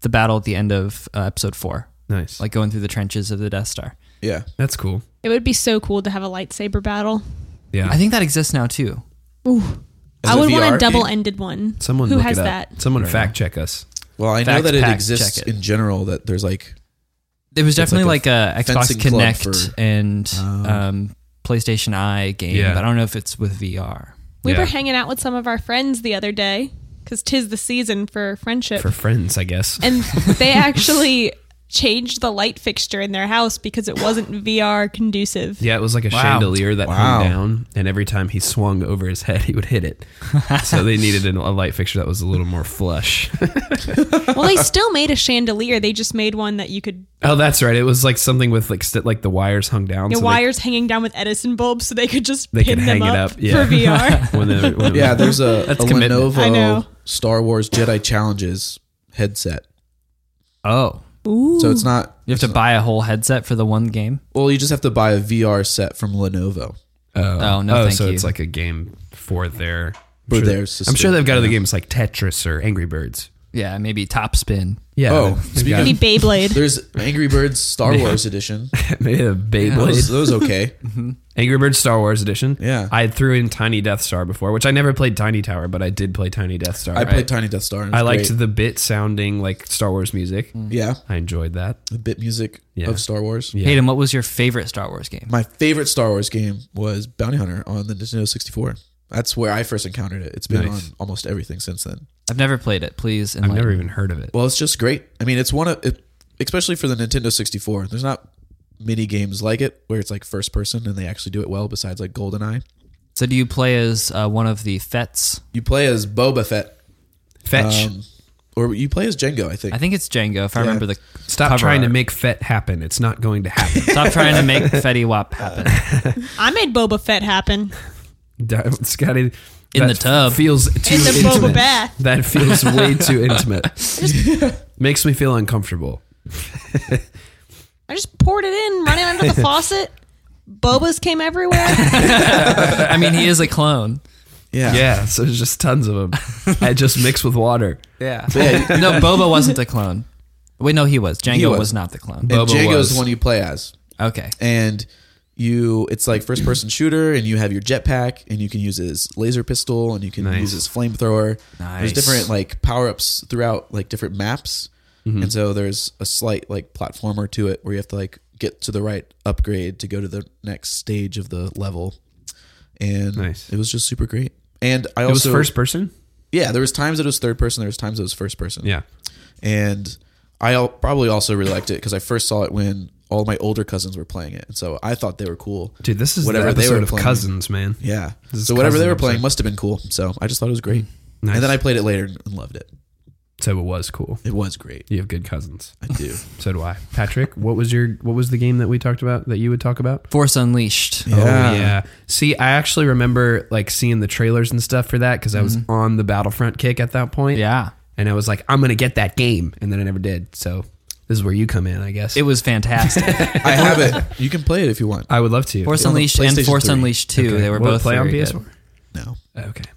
Speaker 1: the battle at the end of uh, episode four,
Speaker 2: Nice. Like
Speaker 1: like going through the trenches of the Death Star.
Speaker 3: Yeah.
Speaker 2: that's cool.
Speaker 4: It would be so cool to have a lightsaber battle.
Speaker 2: Yeah.
Speaker 1: I think that exists now too.
Speaker 3: Is
Speaker 4: I
Speaker 3: it
Speaker 4: would want
Speaker 3: VR?
Speaker 4: a double-ended one.
Speaker 2: Someone
Speaker 4: who
Speaker 2: look
Speaker 4: has
Speaker 2: it up.
Speaker 4: that?
Speaker 2: Someone fact check us.
Speaker 3: Well, I know
Speaker 1: Fact
Speaker 3: that it
Speaker 1: pack,
Speaker 3: exists
Speaker 1: check it.
Speaker 3: in general that there's like
Speaker 1: It was
Speaker 3: It's
Speaker 1: definitely
Speaker 3: like
Speaker 1: like, a, Xbox
Speaker 3: fencing club
Speaker 1: Connect
Speaker 3: for-
Speaker 1: and
Speaker 3: Oh.
Speaker 1: um, PlayStation Eye game,
Speaker 2: Yeah.
Speaker 1: but I don't know if it's with VR.
Speaker 4: We
Speaker 2: Yeah.
Speaker 4: were hanging out with some of our friends the other day because tis the season for friendship.
Speaker 2: for friends, I guess.
Speaker 4: [LAUGHS] and they actually changed the light fixture in their house because it wasn't VR conducive.
Speaker 2: [LAUGHS] Yeah, it was like a chandelier that
Speaker 3: Wow.
Speaker 2: hung down, and every time he swung over his head, [LAUGHS] he would hit it.
Speaker 3: [LAUGHS]
Speaker 2: so they needed an, a light fixture that was a little more flush. [LAUGHS]
Speaker 4: Well, they still made a chandelier. They just made one that you could
Speaker 2: oh, that's right. It was like something with like st- like the wires hung down.
Speaker 4: the
Speaker 2: so they-
Speaker 4: wires hanging down with Edison bulbs, so they could just
Speaker 2: They
Speaker 4: pin
Speaker 2: could
Speaker 4: them
Speaker 2: hang it
Speaker 4: up,
Speaker 2: up, yeah.
Speaker 4: for
Speaker 2: [LAUGHS]
Speaker 4: VR.
Speaker 2: when they-
Speaker 3: [LAUGHS]
Speaker 2: when-
Speaker 3: yeah. There's
Speaker 2: [LAUGHS]
Speaker 3: a, a
Speaker 1: commitment.
Speaker 4: I know.
Speaker 3: Lenovo Star Wars Jedi Challenges headset.
Speaker 1: Oh,
Speaker 4: Ooh,
Speaker 3: So it's not.
Speaker 1: you have to buy a whole headset for the one game.
Speaker 3: Well, you just have to buy a VR set from Lenovo.
Speaker 1: Oh, no, thank
Speaker 2: so
Speaker 1: you.
Speaker 2: it's like a game for their.
Speaker 3: For
Speaker 2: sure-
Speaker 3: their
Speaker 2: I'm
Speaker 3: system,
Speaker 2: sure they've got other games like Tetris or Angry Birds.
Speaker 1: Yeah, maybe Top Spin.
Speaker 2: Yeah.
Speaker 3: Oh,
Speaker 2: they've
Speaker 3: speaking
Speaker 2: got- [LAUGHS]
Speaker 4: Maybe Beyblade.
Speaker 3: There's Angry Birds Star Wars edition.
Speaker 2: maybe a Beyblade.
Speaker 3: Those, those
Speaker 2: [LAUGHS]
Speaker 3: okay.
Speaker 2: Angry Birds Star Wars edition.
Speaker 3: Yeah.
Speaker 2: I threw in Tiny Death Star before, which I never played Tiny Tower, but I did play Tiny Death Star.
Speaker 3: I played Tiny Death Star. And it was
Speaker 2: I liked
Speaker 3: great. Mm.
Speaker 2: the bit sounding like Star Wars music.
Speaker 3: yeah
Speaker 2: I enjoyed that.
Speaker 3: the bit music
Speaker 2: Yeah.
Speaker 3: of Star Wars.
Speaker 2: Yeah.
Speaker 1: Hayden, what was your favorite Star Wars game?
Speaker 3: My favorite Star Wars game was Bounty Hunter on the Nintendo 64. That's where I first encountered it. It's been
Speaker 2: Nice.
Speaker 3: on almost everything since then.
Speaker 1: I've never played it. Please
Speaker 2: I've
Speaker 1: enlighten.
Speaker 2: never even heard of it.
Speaker 3: Well, it's just great. I mean, it's one of, it, especially for the Nintendo 64. There's not many games like it where it's like first person and they actually do it well. Besides like GoldenEye,
Speaker 1: So, do you play as uh, one of the Fets?
Speaker 3: you play as Boba Fett,
Speaker 2: Fetch.
Speaker 3: um, or you play as Django. I think.
Speaker 1: I think it's Django. If I remember
Speaker 3: [LAUGHS]
Speaker 1: the
Speaker 2: Stop
Speaker 1: cover
Speaker 2: trying
Speaker 1: art.
Speaker 2: to make Fett happen. It's not going to happen. [LAUGHS]
Speaker 1: Stop trying to make Fetty Wap happen.
Speaker 4: I made Boba Fett happen
Speaker 2: Di- Scotty.
Speaker 1: In the
Speaker 2: that
Speaker 1: tub.
Speaker 2: Feels too
Speaker 4: in the Boba
Speaker 2: intimate.
Speaker 4: Bath.
Speaker 2: That feels way
Speaker 3: [LAUGHS]
Speaker 2: too intimate. Makes me feel uncomfortable.
Speaker 4: I just poured it in, running under the faucet. Bobas came everywhere.
Speaker 1: I mean, he is a clone.
Speaker 3: Yeah.
Speaker 2: Yeah, so there's just tons of them.
Speaker 3: [LAUGHS]
Speaker 2: I just mixed with water.
Speaker 1: Yeah.
Speaker 3: yeah, you-
Speaker 1: no, Boba wasn't the clone. Wait, no, he was. Django
Speaker 3: He was.
Speaker 1: was. not the clone.
Speaker 3: And
Speaker 2: Boba
Speaker 3: Django's
Speaker 2: was.
Speaker 3: the one you play as.
Speaker 1: Okay.
Speaker 3: and you it's like first
Speaker 2: [CLEARS THROAT]
Speaker 3: person shooter and you have your jetpack and you can use his laser pistol and you can
Speaker 2: Nice.
Speaker 3: use his flamethrower there's
Speaker 1: Nice.
Speaker 3: different like power-ups throughout like different maps
Speaker 2: Mm-hmm.
Speaker 3: and so there's a slight like platformer to it where you have to like get to the right upgrade to go to the next stage of the level and
Speaker 2: Nice.
Speaker 3: it was just super great and i
Speaker 2: It was
Speaker 3: also
Speaker 2: first person?
Speaker 3: yeah there was times that it was third person there was times it was first person
Speaker 2: Yeah.
Speaker 3: and I al- probably also really liked it because I first saw it when all my older cousins were playing it, and so I thought they were cool.
Speaker 2: Dude, this is
Speaker 3: Whatever
Speaker 2: the
Speaker 3: they
Speaker 2: episode
Speaker 3: were
Speaker 2: of
Speaker 3: playing.
Speaker 2: Cousins, man.
Speaker 3: Yeah,
Speaker 2: This is
Speaker 3: so whatever they
Speaker 2: cousin
Speaker 3: were playing
Speaker 2: episode.
Speaker 3: must have been cool. So I just thought it was great,
Speaker 2: Nice.
Speaker 3: and then I played it later and loved it.
Speaker 2: So it was cool.
Speaker 3: It was great.
Speaker 2: You have good cousins.
Speaker 3: I do.
Speaker 2: So do I. Patrick, what was your what was the game that we talked about that you would talk about?
Speaker 1: Force Unleashed.
Speaker 2: Oh, yeah. See, I actually remember like seeing the trailers and stuff for that because I was on the Battlefront kick at that point.
Speaker 1: Mm-hmm. Yeah.
Speaker 2: And I was like, I'm gonna get that game, and then I never did. So this is where you come in, I guess.
Speaker 1: It was
Speaker 3: [LAUGHS]
Speaker 1: fantastic.
Speaker 3: I have it. You can play it if you want.
Speaker 2: I would love to.
Speaker 1: Force
Speaker 3: on the
Speaker 1: Unleashed and
Speaker 3: PlayStation
Speaker 1: Force
Speaker 3: 3.
Speaker 1: Unleashed 2.
Speaker 2: Okay.
Speaker 1: They were
Speaker 2: Will it
Speaker 1: both
Speaker 2: play on
Speaker 1: very
Speaker 2: PS4.
Speaker 1: good.
Speaker 3: No.
Speaker 2: Okay.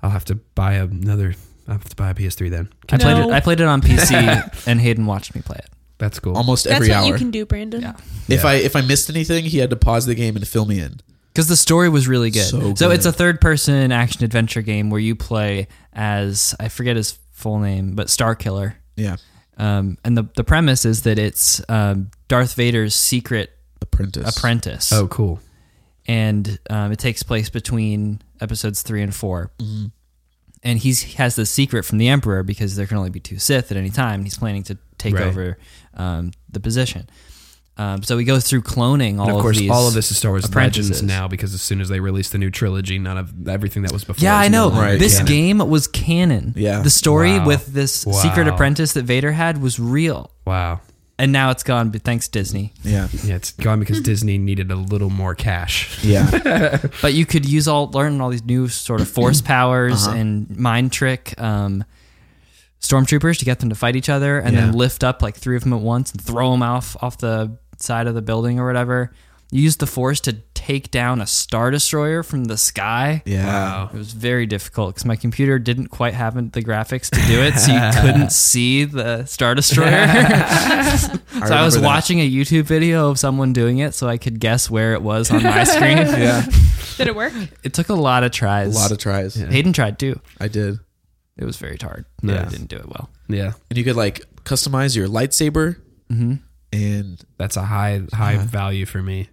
Speaker 2: I'll have to buy another. I will have to buy a PS3 then.
Speaker 1: I played it.
Speaker 4: No.
Speaker 1: I played it on
Speaker 3: [LAUGHS]
Speaker 1: PC, and Hayden watched me play it.
Speaker 2: That's cool.
Speaker 3: Almost
Speaker 4: That's
Speaker 3: every
Speaker 4: what
Speaker 3: hour.
Speaker 4: you can do, Brandon.
Speaker 1: Yeah.
Speaker 3: If I if I missed anything, he had to pause the game and fill me in.
Speaker 1: Because the story was really good.
Speaker 3: So
Speaker 1: it's
Speaker 3: good.
Speaker 1: a third person action adventure game where you play as I forget his full name, but Star Killer.
Speaker 3: Yeah.
Speaker 1: Um, and the, the premise is that it's um, Darth Vader's secret
Speaker 3: Apprentice.
Speaker 1: apprentice.
Speaker 2: oh, cool.
Speaker 1: And um, it takes place between episodes three and 4
Speaker 2: Mm-hmm.
Speaker 1: And he's, he has the secret from the Emperor because there can only be two Sith at any time. And he's planning to take
Speaker 2: Right.
Speaker 1: over um, the position. Um, so he goes through cloning all
Speaker 2: And of course,
Speaker 1: these
Speaker 2: all of this is Star Wars Legends
Speaker 1: apprentices.
Speaker 2: now because as soon as they release the new trilogy, none of everything that was before.
Speaker 1: Yeah,
Speaker 2: is
Speaker 1: I know.
Speaker 2: no longer
Speaker 3: Right.
Speaker 1: This
Speaker 2: canon.
Speaker 1: game was canon.
Speaker 3: Yeah.
Speaker 1: The story
Speaker 2: Wow.
Speaker 1: with this secret
Speaker 2: Wow.
Speaker 1: apprentice that Vader had was real.
Speaker 2: Wow.
Speaker 1: And now it's gone, but thanks Disney.
Speaker 3: Yeah.
Speaker 2: Yeah, it's gone because Disney needed a little more cash. [LAUGHS]
Speaker 3: Yeah.
Speaker 1: But you could use all learn all these new sort
Speaker 3: [CLEARS THROAT]
Speaker 1: of force powers
Speaker 3: Uh-huh.
Speaker 1: and mind trick um, stormtroopers to get them to fight each other, and
Speaker 2: Yeah.
Speaker 1: then lift up like three of them at once and throw them off off the side of the building or whatever. You use the force to take down a star destroyer from the sky.
Speaker 3: Yeah.
Speaker 1: It was very difficult because my computer didn't quite have the graphics to do it, so
Speaker 3: [LAUGHS]
Speaker 1: you couldn't see the Star Destroyer. so I, was
Speaker 3: remember that.
Speaker 1: watching a YouTube video of someone doing it, so I could guess where it was on
Speaker 3: [LAUGHS]
Speaker 1: my screen.
Speaker 3: Yeah.
Speaker 4: Did it work?
Speaker 1: It took a lot of
Speaker 3: A
Speaker 1: tries.
Speaker 3: lot of tries.
Speaker 1: Hayden tried too.
Speaker 3: I did.
Speaker 1: It was very hard.
Speaker 2: Nice.
Speaker 1: I didn't do it well.
Speaker 2: Yeah.
Speaker 3: And you could like customize your lightsaber.
Speaker 2: Mm-hmm.
Speaker 3: And
Speaker 2: That's a high high value for me.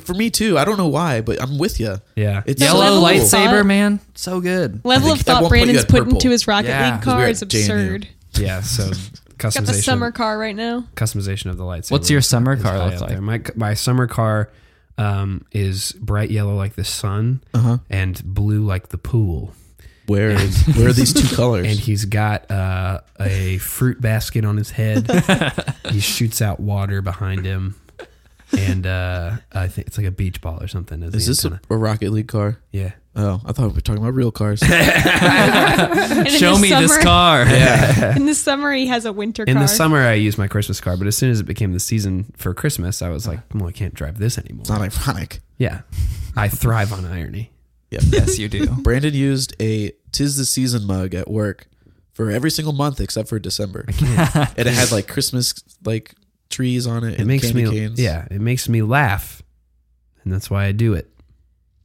Speaker 3: for me too, I don't know why, but I'm with you.
Speaker 2: Yeah.
Speaker 3: It's
Speaker 1: Yellow
Speaker 4: level
Speaker 3: cool.
Speaker 4: of
Speaker 1: lightsaber,
Speaker 4: thought.
Speaker 1: man, so good.
Speaker 4: Level
Speaker 3: I
Speaker 4: of
Speaker 3: think at one point
Speaker 4: thought
Speaker 3: you
Speaker 4: Brandon's
Speaker 3: had
Speaker 4: put
Speaker 3: purple.
Speaker 4: into his Rocket
Speaker 1: Yeah.
Speaker 4: League
Speaker 1: 'Cause
Speaker 3: we were
Speaker 4: car
Speaker 3: at
Speaker 4: is
Speaker 3: JNU.
Speaker 4: absurd.
Speaker 1: [LAUGHS]
Speaker 2: yeah, so
Speaker 4: Got the
Speaker 2: customization
Speaker 4: summer car right now.
Speaker 2: customization of the lightsaber.
Speaker 1: What's your summer
Speaker 2: is
Speaker 1: car
Speaker 2: high
Speaker 1: look
Speaker 2: up
Speaker 1: like?
Speaker 2: there. My my summer car um, is bright yellow like the sun
Speaker 1: Uh-huh.
Speaker 2: and blue like the pool.
Speaker 3: [LAUGHS] Where is where are these two
Speaker 2: [LAUGHS] And
Speaker 3: colors?
Speaker 2: he's got uh, a fruit basket on
Speaker 3: [LAUGHS]
Speaker 2: his head. he shoots out water behind him. And uh, I think it's like a beach ball or something. Is,
Speaker 3: Is
Speaker 2: the
Speaker 3: this a,
Speaker 2: antenna.
Speaker 3: a Rocket League car?
Speaker 2: yeah.
Speaker 3: Oh, I thought we were talking about real cars.
Speaker 4: And in
Speaker 1: Show
Speaker 4: the
Speaker 1: me this
Speaker 4: summer-
Speaker 1: car.
Speaker 4: In the summer, he has a winter
Speaker 2: In
Speaker 4: car.
Speaker 2: the summer, I used my Christmas car, but as soon as it became the season for Christmas, I was like,
Speaker 3: Uh-huh.
Speaker 2: well, I can't drive this anymore.
Speaker 3: It's not ironic.
Speaker 2: Yeah. I thrive on irony.
Speaker 3: Yeah.
Speaker 1: [LAUGHS]
Speaker 3: [LAUGHS]
Speaker 1: Yes, you do.
Speaker 3: Brandon used a "Tis the Season" mug at work for every single month except for December, [LAUGHS] and it had like Christmas like trees on it.
Speaker 2: It
Speaker 3: and
Speaker 2: makes
Speaker 3: candy
Speaker 2: me,
Speaker 3: canes.
Speaker 2: yeah, it makes me laugh. And that's why I do it.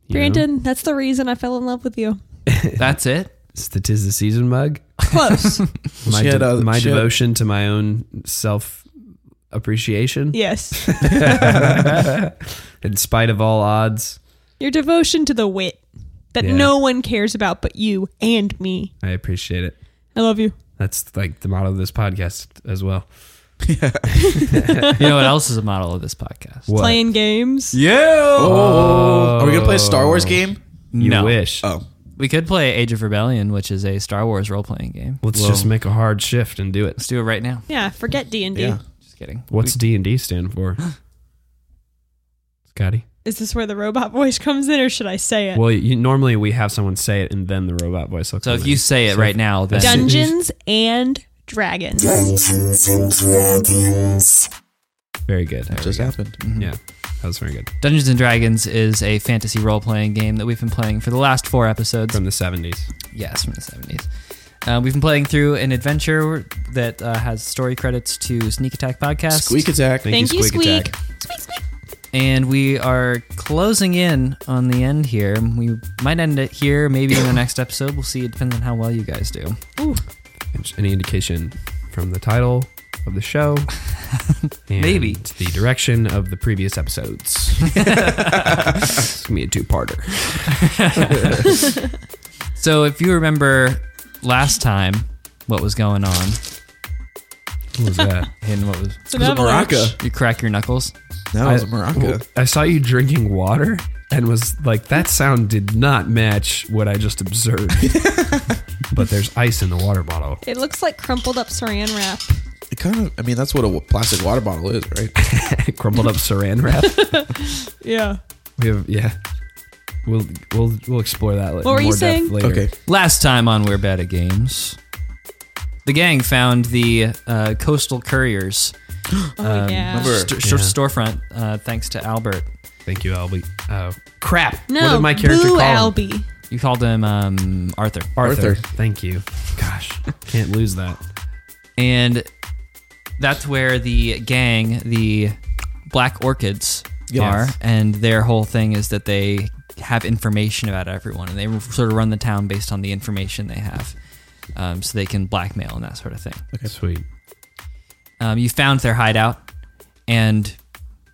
Speaker 2: You know?
Speaker 4: Brandon, that's the reason I fell in love with you.
Speaker 1: [LAUGHS] That's it.
Speaker 2: It's the Tis the Season mug.
Speaker 4: Close.
Speaker 2: my,
Speaker 3: She had
Speaker 2: de-
Speaker 3: a-
Speaker 2: my
Speaker 3: she had-
Speaker 2: devotion to my own self appreciation
Speaker 4: yes.
Speaker 2: [LAUGHS] in spite of all odds
Speaker 4: Your devotion to the wit that
Speaker 2: Yeah.
Speaker 4: no one cares about but you and me.
Speaker 2: i appreciate it
Speaker 4: I love you.
Speaker 2: that's like the motto of this podcast as well
Speaker 1: You know what else is a model of this podcast?
Speaker 2: What?
Speaker 4: Playing games.
Speaker 1: Yeah.
Speaker 3: Oh, Are we gonna play a Star Wars game?
Speaker 2: you
Speaker 1: No.
Speaker 2: wish
Speaker 3: Oh,
Speaker 1: We could play Age of Rebellion, which is a Star Wars role playing game.
Speaker 2: let's just make a hard shift and do it
Speaker 1: Let's do it right now.
Speaker 4: Yeah, forget D and D.
Speaker 3: yeah.
Speaker 1: Just kidding.
Speaker 2: what's d&d
Speaker 3: [GASPS]
Speaker 2: stand for scotty
Speaker 4: Is this where the robot [LAUGHS] voice comes in, or should I say it?
Speaker 2: well you, normally we have someone say it and then the robot voice will
Speaker 1: So
Speaker 2: come
Speaker 1: if you
Speaker 2: in.
Speaker 1: say it
Speaker 2: So
Speaker 1: right
Speaker 2: if-
Speaker 1: now, then
Speaker 4: Dungeons and Dragons.
Speaker 5: Dungeons and Dragons.
Speaker 2: very good There we
Speaker 3: just
Speaker 2: go.
Speaker 3: happened.
Speaker 2: yeah that was very good
Speaker 1: Dungeons and Dragons is a fantasy role playing game that we've been playing for the last four episodes.
Speaker 2: from the 70s
Speaker 1: yes, from the seventies. Uh, we've been playing through an adventure that uh, has story credits to Sneak Attack Podcast,
Speaker 3: Squeak attack.
Speaker 4: Thank you, Squeak.
Speaker 2: Attack.
Speaker 4: Squeak, squeak.
Speaker 1: and we are closing in on the end here. We might end it here, maybe in the next episode. We'll see. It depends on how well you guys do.
Speaker 4: Ooh,
Speaker 2: any indication from the title of
Speaker 3: [LAUGHS]
Speaker 2: the show and
Speaker 1: Maybe.
Speaker 2: the direction of the
Speaker 3: [LAUGHS]
Speaker 2: previous episodes it's gonna be a two-parter
Speaker 1: So if you remember last time, what was going on?
Speaker 2: what
Speaker 3: [LAUGHS]
Speaker 2: was that
Speaker 1: And what was
Speaker 4: it's an
Speaker 3: Was it
Speaker 4: avalanche.
Speaker 3: Maraca?
Speaker 1: you crack your knuckles?
Speaker 3: No, it was Morocco.
Speaker 2: well, I saw you drinking water
Speaker 3: [LAUGHS]
Speaker 2: and was like that sound did not match what i just observed but there's ice in the water bottle. [LAUGHS]
Speaker 4: It looks like crumpled up saran wrap.
Speaker 3: It kind of, I mean, that's what a wa- plastic water bottle is, right?
Speaker 2: Crumpled up saran wrap.
Speaker 4: Yeah.
Speaker 2: We have yeah. We'll we'll we'll explore that later.
Speaker 4: What were you saying?
Speaker 2: Later.
Speaker 3: Okay.
Speaker 1: Last time on We're Bad at Games, the gang found the uh, Coastal Courier's
Speaker 4: Oh
Speaker 2: Um,
Speaker 4: yeah.
Speaker 3: remember-
Speaker 1: st-
Speaker 2: Yeah.
Speaker 1: storefront, uh, thanks to Albert.
Speaker 2: Thank you, Albie. Oh crap!
Speaker 4: No.
Speaker 2: what did my character
Speaker 4: Boo
Speaker 2: call him? [LAUGHS]
Speaker 4: Albie.
Speaker 1: You called him um, Arthur.
Speaker 2: Arthur.
Speaker 3: Arthur.
Speaker 2: Thank you. Gosh, can't lose that.
Speaker 1: And that's where the gang, the Black Orchids,
Speaker 2: Yes.
Speaker 1: are. And their whole thing is that they have information about everyone and they sort of run the town based on the information they have. Um, so they can blackmail and that sort of thing.
Speaker 2: Sweet.
Speaker 1: Um, you found their hideout and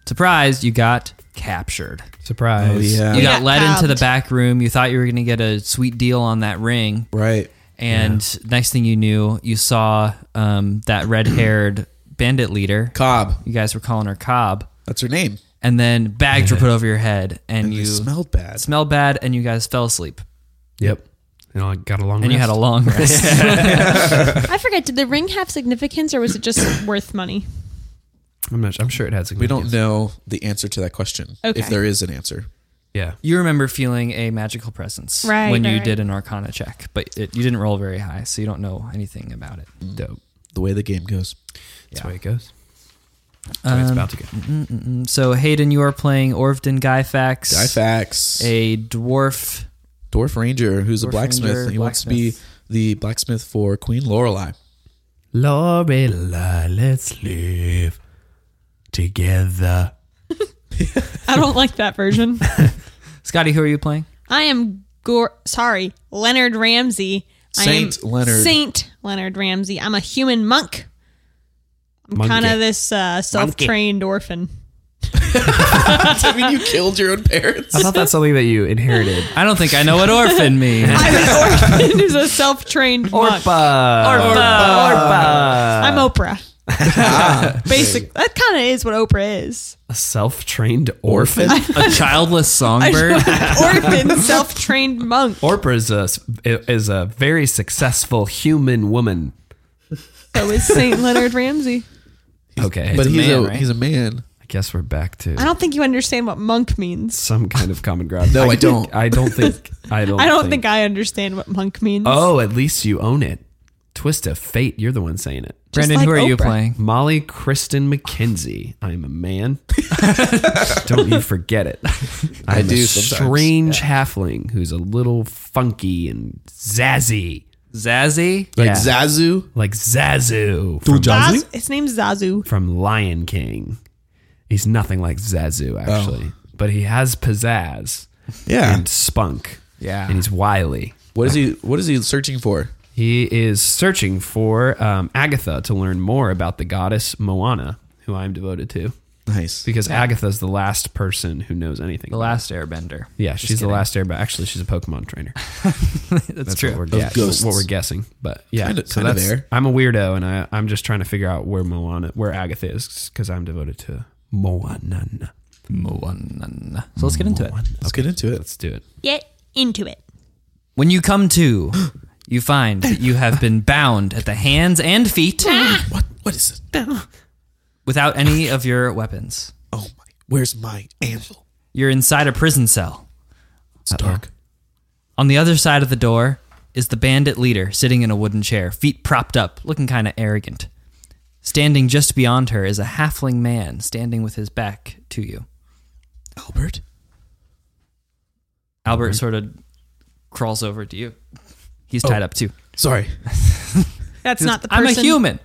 Speaker 1: surprise, you got captured.
Speaker 2: Surprise.
Speaker 1: You
Speaker 3: Oh, yeah.
Speaker 1: got,
Speaker 4: got
Speaker 1: led into the
Speaker 4: cobbed.
Speaker 1: back room. You thought you were going to get a sweet deal on that ring.
Speaker 3: Right.
Speaker 1: And next thing you knew, you saw um, that red haired bandit leader.
Speaker 3: Cobb.
Speaker 1: You guys were calling her Cobb.
Speaker 3: That's her name.
Speaker 1: And then bags were put over your head and,
Speaker 3: And
Speaker 1: you
Speaker 3: they smelled bad.
Speaker 1: smelled bad and you guys fell asleep.
Speaker 2: Yep. And I got along.
Speaker 1: And you had a long rest.
Speaker 4: I forget. Did the ring have significance, or was it just worth money?
Speaker 2: I'm not. I'm sure it had.
Speaker 3: We don't
Speaker 2: significance.
Speaker 3: know the answer to that question,
Speaker 4: Okay.
Speaker 3: if there is an answer.
Speaker 2: Yeah.
Speaker 1: [LAUGHS] you remember feeling a magical presence
Speaker 4: Right,
Speaker 1: when you
Speaker 4: right,
Speaker 1: did an Arcana check, but it, you didn't roll very high, so you don't know anything about it.
Speaker 3: Mm-hmm.
Speaker 2: Dope.
Speaker 3: The way the game goes.
Speaker 2: That's the way it goes. That's the way it's
Speaker 3: Um,
Speaker 2: about to go.
Speaker 3: mm-hmm.
Speaker 1: Mm, So, Hayden, you are playing Orvden Guyfax.
Speaker 3: Difax.
Speaker 1: A dwarf
Speaker 3: Dwarf Ranger, who's
Speaker 1: Dwarf
Speaker 3: a blacksmith.
Speaker 1: Ranger,
Speaker 3: he wants to be the blacksmith for Queen Lorelei. [LAUGHS]
Speaker 2: Lorelai, let's live together.
Speaker 4: I don't like
Speaker 2: [LAUGHS]
Speaker 4: that version.
Speaker 1: Scotty, who are you playing?
Speaker 4: I am Gore. Sorry, Leonard Ramsey.
Speaker 3: Saint
Speaker 4: I am
Speaker 3: Leonard.
Speaker 4: Saint Leonard Ramsey. I'm a human monk. I'm
Speaker 2: Monkey.
Speaker 4: kind of this uh, self-trained orphan.
Speaker 3: I mean, you killed your own
Speaker 2: [LAUGHS]
Speaker 3: parents.
Speaker 2: I thought that's something that
Speaker 3: [LAUGHS]
Speaker 2: you inherited.
Speaker 1: I don't think I know what
Speaker 4: [LAUGHS]
Speaker 1: orphan means.
Speaker 4: [LAUGHS] I'm an [LAUGHS] orphan who's a self-trained monk.
Speaker 2: Orpa.
Speaker 4: I'm Oprah. [LAUGHS] Basic. That kind of is what Oprah is.
Speaker 2: A
Speaker 3: [LAUGHS]
Speaker 2: self-trained orphan.
Speaker 1: a
Speaker 4: [LAUGHS]
Speaker 1: childless songbird.
Speaker 4: Orphan, self-trained monk.
Speaker 2: Orpa is a is a very successful human woman.
Speaker 4: So is Saint Leonard Ramsey.
Speaker 2: Okay,
Speaker 3: but
Speaker 1: a
Speaker 3: he's a,
Speaker 1: man, right?
Speaker 3: he's a man.
Speaker 2: I guess we're back to
Speaker 4: I don't think you understand what monk means.
Speaker 2: some kind of common
Speaker 3: [LAUGHS]
Speaker 2: ground.
Speaker 3: No, I
Speaker 2: think-
Speaker 3: don't.
Speaker 2: I don't think. I don't.
Speaker 4: [LAUGHS] I don't think I understand what monk means.
Speaker 2: oh, at least you own it. Twist of fate. You're the one saying it.
Speaker 4: Just
Speaker 1: Brandon, who are
Speaker 4: like
Speaker 1: you
Speaker 4: Oprah.
Speaker 1: playing?
Speaker 2: Molly Kristen McKenzie. I'm
Speaker 3: [LAUGHS]
Speaker 2: a man. Don't you forget it. I'm
Speaker 3: I do
Speaker 2: a
Speaker 3: sometimes.
Speaker 2: strange halfling who's a little funky and zazzy,
Speaker 1: Zazzy.
Speaker 3: Like
Speaker 2: Yeah.
Speaker 3: Zazu.
Speaker 2: like Zazu from,
Speaker 4: Zaz- his name's Zazu.
Speaker 2: from Lion King. He's nothing like Zazu actually, but he has pizzazz
Speaker 3: Oh. Yeah.
Speaker 2: and spunk.
Speaker 1: Yeah.
Speaker 2: and he's wily.
Speaker 3: What is he what is he searching for?
Speaker 2: He is searching for um, Agatha to learn more about the goddess Moana, who I'm devoted to.
Speaker 3: Nice.
Speaker 2: because Agatha's the last person who knows anything.
Speaker 1: The last Airbender. [LAUGHS]
Speaker 2: yeah,
Speaker 1: Just
Speaker 2: she's the
Speaker 1: kidding.
Speaker 2: last air, but actually she's a Pokemon [LAUGHS] trainer.
Speaker 1: That's,
Speaker 2: What
Speaker 1: true.
Speaker 2: we're, yeah,
Speaker 3: ghosts.
Speaker 2: what we're guessing, but yeah,
Speaker 3: Kinda-
Speaker 2: so
Speaker 3: kinda
Speaker 2: that's
Speaker 3: there.
Speaker 2: I'm a weirdo, and I I'm just trying to figure out where Moana, where Agatha is, because I'm devoted to Moana.
Speaker 1: Moana. So let's get into it.
Speaker 3: Let's get into it.
Speaker 2: Let's do it.
Speaker 4: Get into it.
Speaker 1: When you come to, [GASPS] you find that you have been bound at the hands and feet
Speaker 3: What what is it?
Speaker 1: without any of your weapons.
Speaker 3: Oh my where's my anvil?
Speaker 1: You're inside a prison cell.
Speaker 3: It's dark.
Speaker 1: On the other side of the door is the bandit leader sitting in a wooden chair, feet propped up, looking kind of arrogant. Standing just beyond her is a halfling man standing with his back to you.
Speaker 3: Albert?
Speaker 1: Albert sort of crawls over to you. He's tied up too.
Speaker 3: [LAUGHS] Sorry.
Speaker 4: That's not the
Speaker 1: I'm a
Speaker 4: person. [LAUGHS]
Speaker 1: human.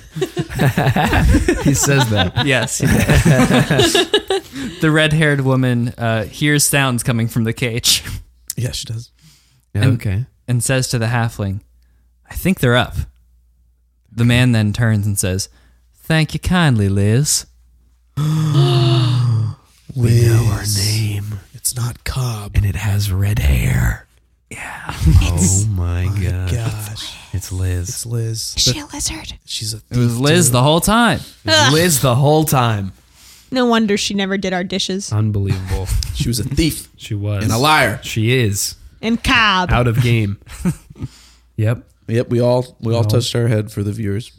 Speaker 2: [LAUGHS] He says that.
Speaker 4: [LAUGHS]
Speaker 1: Yes. [LAUGHS] the red haired woman uh, hears sounds coming from the cage
Speaker 3: Yeah, she does.
Speaker 2: [LAUGHS] Yeah,
Speaker 1: And-
Speaker 2: okay.
Speaker 1: and says to the halfling, I think they're up. The man then turns and says, Thank you kindly, Liz.
Speaker 3: Liz.
Speaker 2: name,
Speaker 3: It's not Cobb.
Speaker 2: and it has red hair. [LAUGHS] Yeah. Oh my
Speaker 3: uh,
Speaker 2: god.
Speaker 3: Gosh.
Speaker 2: It's Liz.
Speaker 3: It's Liz.
Speaker 4: Is she a lizard?
Speaker 3: She's a
Speaker 1: It was Liz the whole time.
Speaker 2: It's Liz the whole time.
Speaker 4: No wonder she never did our
Speaker 2: [LAUGHS]
Speaker 4: dishes.
Speaker 2: Unbelievable.
Speaker 3: She was a thief
Speaker 2: She was.
Speaker 3: and a liar.
Speaker 2: She is.
Speaker 4: and Cobb.
Speaker 2: out of [LAUGHS] game. yep.
Speaker 3: Yep, we all we all touched our head for the viewers.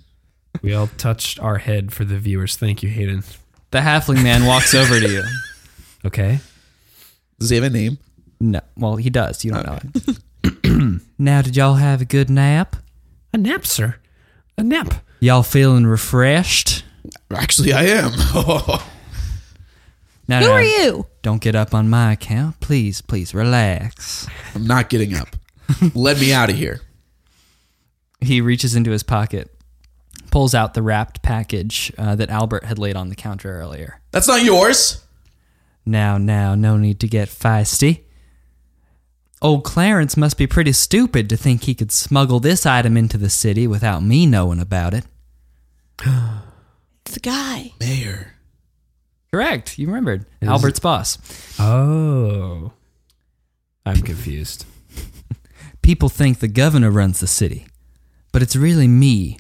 Speaker 2: We all touched our head for the viewers. Thank you, Hayden.
Speaker 1: The halfling man walks over [LAUGHS] to you.
Speaker 2: Okay.
Speaker 3: Does he have a name?
Speaker 1: No, well, he does. You don't know it. [CLEARS THROAT] now, did y'all have a good nap?
Speaker 2: A nap, sir. A nap.
Speaker 1: Y'all feeling refreshed?
Speaker 3: Actually, I am. [LAUGHS]
Speaker 1: No,
Speaker 4: Who
Speaker 1: no,
Speaker 4: are you?
Speaker 1: Don't get up on my account, please. Please relax.
Speaker 3: I'm not getting [LAUGHS] up. Let me out of here.
Speaker 1: He reaches into his pocket, pulls out the wrapped package uh, that Albert had laid on the counter earlier.
Speaker 3: That's not yours.
Speaker 1: Now, now, no need to get feisty. Old Clarence must be pretty stupid to think he could smuggle this item into the city without me knowing about it.
Speaker 4: It's a guy.
Speaker 3: Mayor.
Speaker 1: Correct. You remembered. Albert's boss.
Speaker 2: Oh. I'm confused.
Speaker 1: People think the governor runs the city, but it's really me,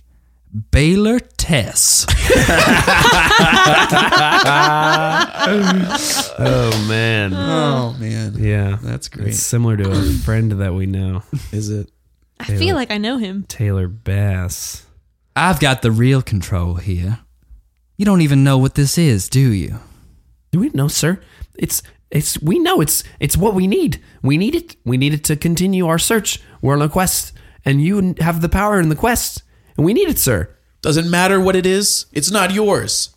Speaker 1: Baylor Tess.
Speaker 2: Oh, man.
Speaker 3: Oh man.
Speaker 2: Yeah.
Speaker 3: That's great.
Speaker 2: It's similar to a friend that we know,
Speaker 3: Is it?
Speaker 4: I feel like I know him.
Speaker 2: Taylor Bass.
Speaker 1: I've got the real control here. You don't even know what this is, do you?
Speaker 2: Do we know, sir? It's it's we know it's it's what we need. We need it. We need it to continue our search. We're on a quest, and you have the power in the quest, and we need it, sir.
Speaker 3: Doesn't matter what it is. It's not yours.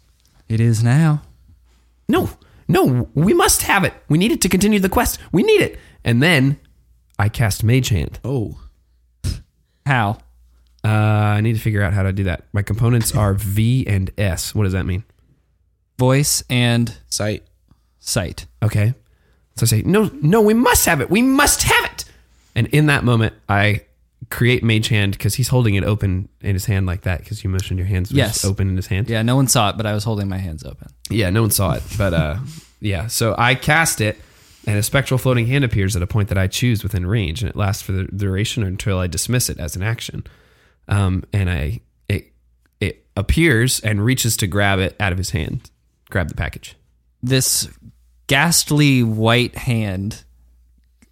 Speaker 1: It is now.
Speaker 2: No, no, we must have it. We need it to continue the quest. We need it. And then I cast Mage Hand.
Speaker 3: Oh.
Speaker 1: How?
Speaker 2: Uh, I need to figure out how to do that. My components are V and S. What does that mean?
Speaker 1: Voice and
Speaker 3: Sight.
Speaker 1: sight.
Speaker 2: Okay. So I say, no, no, we must have it. We must have it. And in that moment, I create Mage Hand because he's holding it open in his hand like that because you motioned your hands were
Speaker 1: Yes.
Speaker 2: just open in his hand.
Speaker 1: Yeah, no one saw it, but I was holding my hands open.
Speaker 2: Yeah, no one saw it, but uh, yeah. So I cast it, and a spectral floating hand appears at a point that I choose within range, and it lasts for the duration until I dismiss it as an action. Um, and I it it appears and reaches to grab it out of his hand, grab the package.
Speaker 1: This ghastly white hand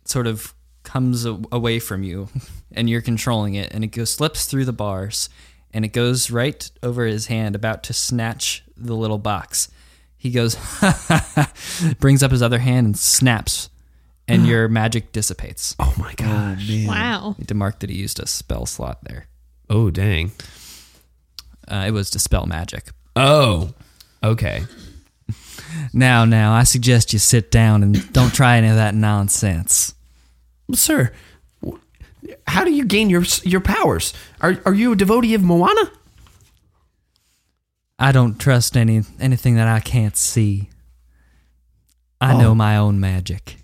Speaker 1: sort of comes a- away from you, [LAUGHS] and you're controlling it, and it goes slips through the bars, and it goes right over his hand, about to snatch the little box. He goes, [LAUGHS] brings up his other hand and snaps, and your magic dissipates.
Speaker 2: Oh my god!
Speaker 4: Wow.
Speaker 1: Need to mark that he used a spell slot there.
Speaker 2: Oh dang!
Speaker 1: Uh, it was dispel magic.
Speaker 2: Oh, okay.
Speaker 1: Now, now, I suggest you sit down and don't try any of that nonsense.
Speaker 2: Well, sir, wh- how do you gain your your powers? Are are you a devotee of Moana?
Speaker 1: I don't trust any anything that I can't see. I know my own magic.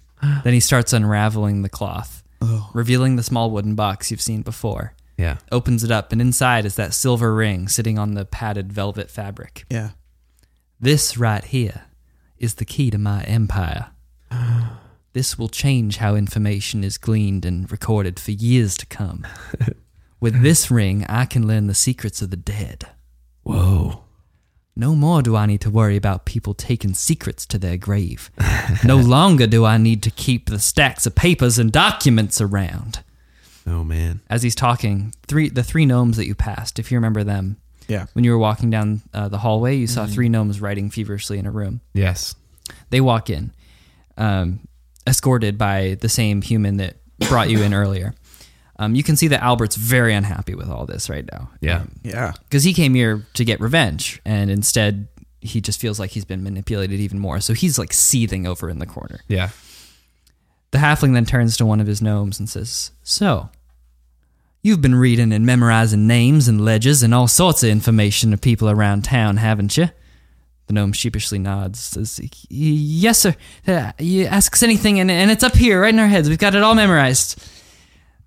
Speaker 1: then he starts unraveling the cloth, revealing the small wooden box you've seen before.
Speaker 2: Yeah.
Speaker 1: Opens it up, and inside is that silver ring sitting on the padded velvet fabric.
Speaker 3: Yeah.
Speaker 1: This right here is the key to my empire. This will change how information is gleaned and recorded for years to come. With this ring, I can learn the secrets of the dead.
Speaker 2: Whoa.
Speaker 1: No more do I need to worry about people taking secrets to their grave. No longer do I need to keep the stacks of papers and documents around.
Speaker 2: Oh man.
Speaker 1: As he's talking, three the three gnomes that you passed, if you remember them,
Speaker 3: Yeah.
Speaker 1: when you were walking down uh, the hallway, you saw three gnomes writing feverishly in a room.
Speaker 2: Yes.
Speaker 1: They walk in, um, escorted by the same human that brought you in earlier. Um, you can see that Albert's very unhappy with all this right now
Speaker 2: Yeah.
Speaker 3: Yeah.
Speaker 1: because he came here to get revenge, and instead he just feels like he's been manipulated even more. So he's like seething over in the corner.
Speaker 2: Yeah.
Speaker 1: The halfling then turns to one of his gnomes and says, So, you've been reading and memorizing names and ledgers and all sorts of information of people around town, haven't you? The gnome sheepishly nods, says, "Y- Yes, sir. Uh, You ask us anything, and, and it's up here, right in our heads. We've got it all memorized.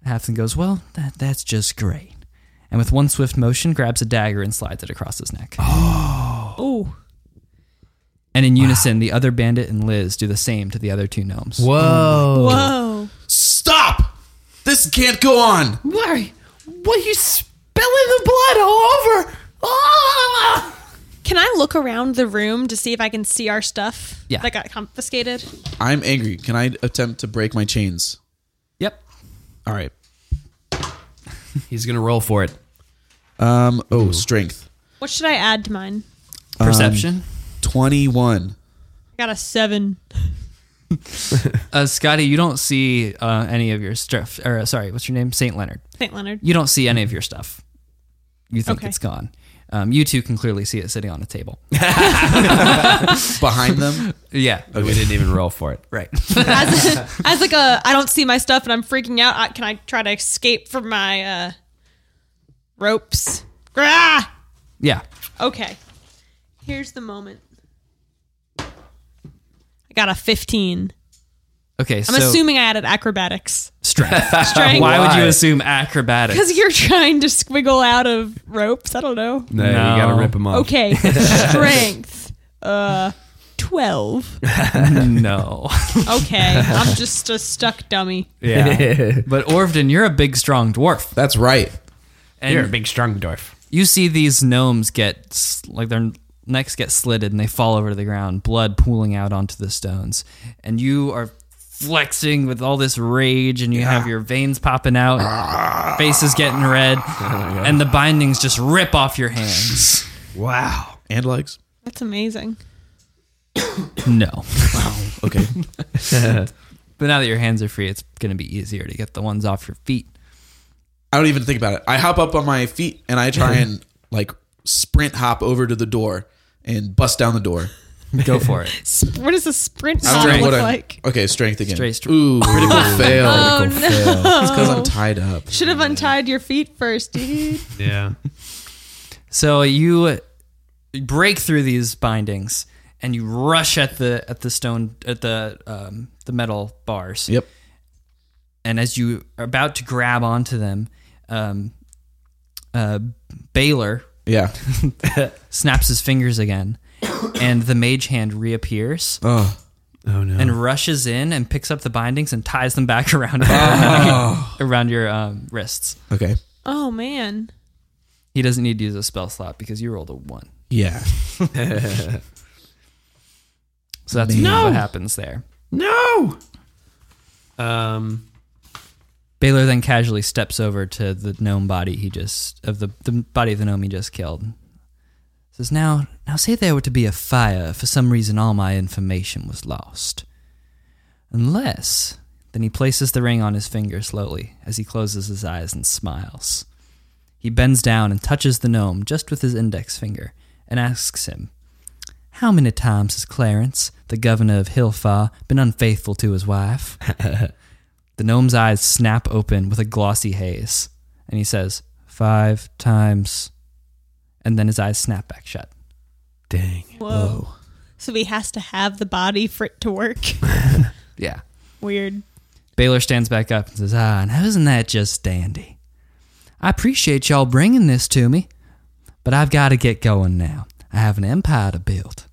Speaker 1: The halfling goes, Well, that, that's just great. And with one swift motion, grabs a dagger and slides it across his neck.
Speaker 4: Oh,
Speaker 1: And in unison, the other bandit and Liz do the same to the other two gnomes.
Speaker 2: um, Whoa.
Speaker 4: whoa.
Speaker 3: Stop. This can't go on.
Speaker 2: Larry, what are you spilling the blood all over? Ah!
Speaker 4: Can I look around the room to see if I can see our stuff
Speaker 1: Yeah.
Speaker 4: that got confiscated?
Speaker 3: I'm angry. Can I attempt to break my chains?
Speaker 1: Yep.
Speaker 3: All right.
Speaker 2: He's gonna roll for it.
Speaker 3: Um. Oh, strength.
Speaker 4: What should I add to mine?
Speaker 2: Um,
Speaker 1: Perception.
Speaker 3: Twenty-one.
Speaker 4: I got a seven.
Speaker 1: uh, Scotty, you don't see uh, any of your stuff. Or uh, sorry, what's your name? Saint Leonard.
Speaker 4: St. Leonard.
Speaker 1: You don't see any of your stuff. You think
Speaker 4: Okay.
Speaker 1: it's gone. Um, you two can clearly see it sitting on a table.
Speaker 3: Behind [LAUGHS] them.
Speaker 1: yeah.
Speaker 2: We didn't even roll for [LAUGHS] it.
Speaker 1: Right. [LAUGHS]
Speaker 4: [LAUGHS] As, as like a, I don't see my stuff and I'm freaking out. I, can I try to escape from my uh, ropes? Grah!
Speaker 1: yeah.
Speaker 4: Okay. Here's the moment. I got a 15.
Speaker 1: Okay.
Speaker 4: I'm assuming I added acrobatics.
Speaker 1: [LAUGHS] strength.
Speaker 4: [LAUGHS] Strength.
Speaker 1: Why would you
Speaker 2: Why?
Speaker 1: assume
Speaker 4: [LAUGHS]
Speaker 1: acrobatics?
Speaker 4: Because you're trying to squiggle out of ropes. I don't know.
Speaker 2: No,
Speaker 1: No.
Speaker 2: you gotta rip him off.
Speaker 4: Okay. Strength. Uh, 12.
Speaker 2: [LAUGHS]
Speaker 1: no.
Speaker 4: Okay. I'm just a stuck dummy.
Speaker 1: Yeah. but Orvden, you're a big, strong dwarf,
Speaker 3: That's right.
Speaker 1: and
Speaker 2: You're a big strong dwarf.
Speaker 1: you see these gnomes get s- like their necks get slitted and they fall over to the ground, blood pooling out onto the stones, and you are flexing with all this rage, and you have your veins popping out, face is getting red, and the bindings just rip off your hands.
Speaker 2: Wow.
Speaker 3: And legs.
Speaker 4: That's amazing.
Speaker 1: no.
Speaker 3: Okay.
Speaker 1: But now that your hands are free, it's going to be easier to get the ones off your feet.
Speaker 3: I don't even think about it. I hop up on my feet and I try and like sprint hop over to the door and bust down the door.
Speaker 1: Go for it.
Speaker 4: [LAUGHS] Sp- What does a sprint
Speaker 3: I don't
Speaker 4: hop
Speaker 3: know
Speaker 4: look
Speaker 3: what I-
Speaker 4: like?
Speaker 3: Okay, strength again.
Speaker 1: Straight str-
Speaker 3: Ooh, critical fail.
Speaker 4: Oh, no.
Speaker 3: It's because I'm tied up.
Speaker 4: Should have untied your feet first, dude.
Speaker 2: Yeah.
Speaker 1: So you break through these bindings and you rush at the at the stone at the um, the metal bars.
Speaker 3: Yep.
Speaker 1: And as you are about to grab onto them, um, uh, Baylor
Speaker 3: Yeah.
Speaker 1: snaps his fingers again, and the mage hand reappears
Speaker 3: Oh.
Speaker 2: [LAUGHS] Oh no.
Speaker 1: and rushes in and picks up the bindings and ties them back [LAUGHS] around around, your um, wrists.
Speaker 3: Okay.
Speaker 4: Oh, man.
Speaker 1: He doesn't need to use a spell slot because you rolled a one.
Speaker 3: Yeah.
Speaker 1: So that's
Speaker 3: No.
Speaker 1: what happens there.
Speaker 2: no. Um.
Speaker 1: Baylor then casually steps over to the gnome body he just of the, the body of the gnome he just killed. Says now now say there were to be a fire, for some reason all my information was lost. Unless then he places the ring on his finger slowly as he closes his eyes and smiles. He bends down and touches the gnome just with his index finger and asks him, How many times has Clarence, the governor of Hillfar, been unfaithful to his wife? The gnome's eyes snap open with a glossy haze, and he says, Five times. And then his eyes snap back shut.
Speaker 2: Dang.
Speaker 4: Whoa. So he has to have the body for it to work.
Speaker 1: Yeah.
Speaker 4: Weird.
Speaker 1: Baylor stands back up and says, Ah, now isn't that just dandy? I appreciate y'all bringing this to me, but I've got to get going now. I have an empire to build.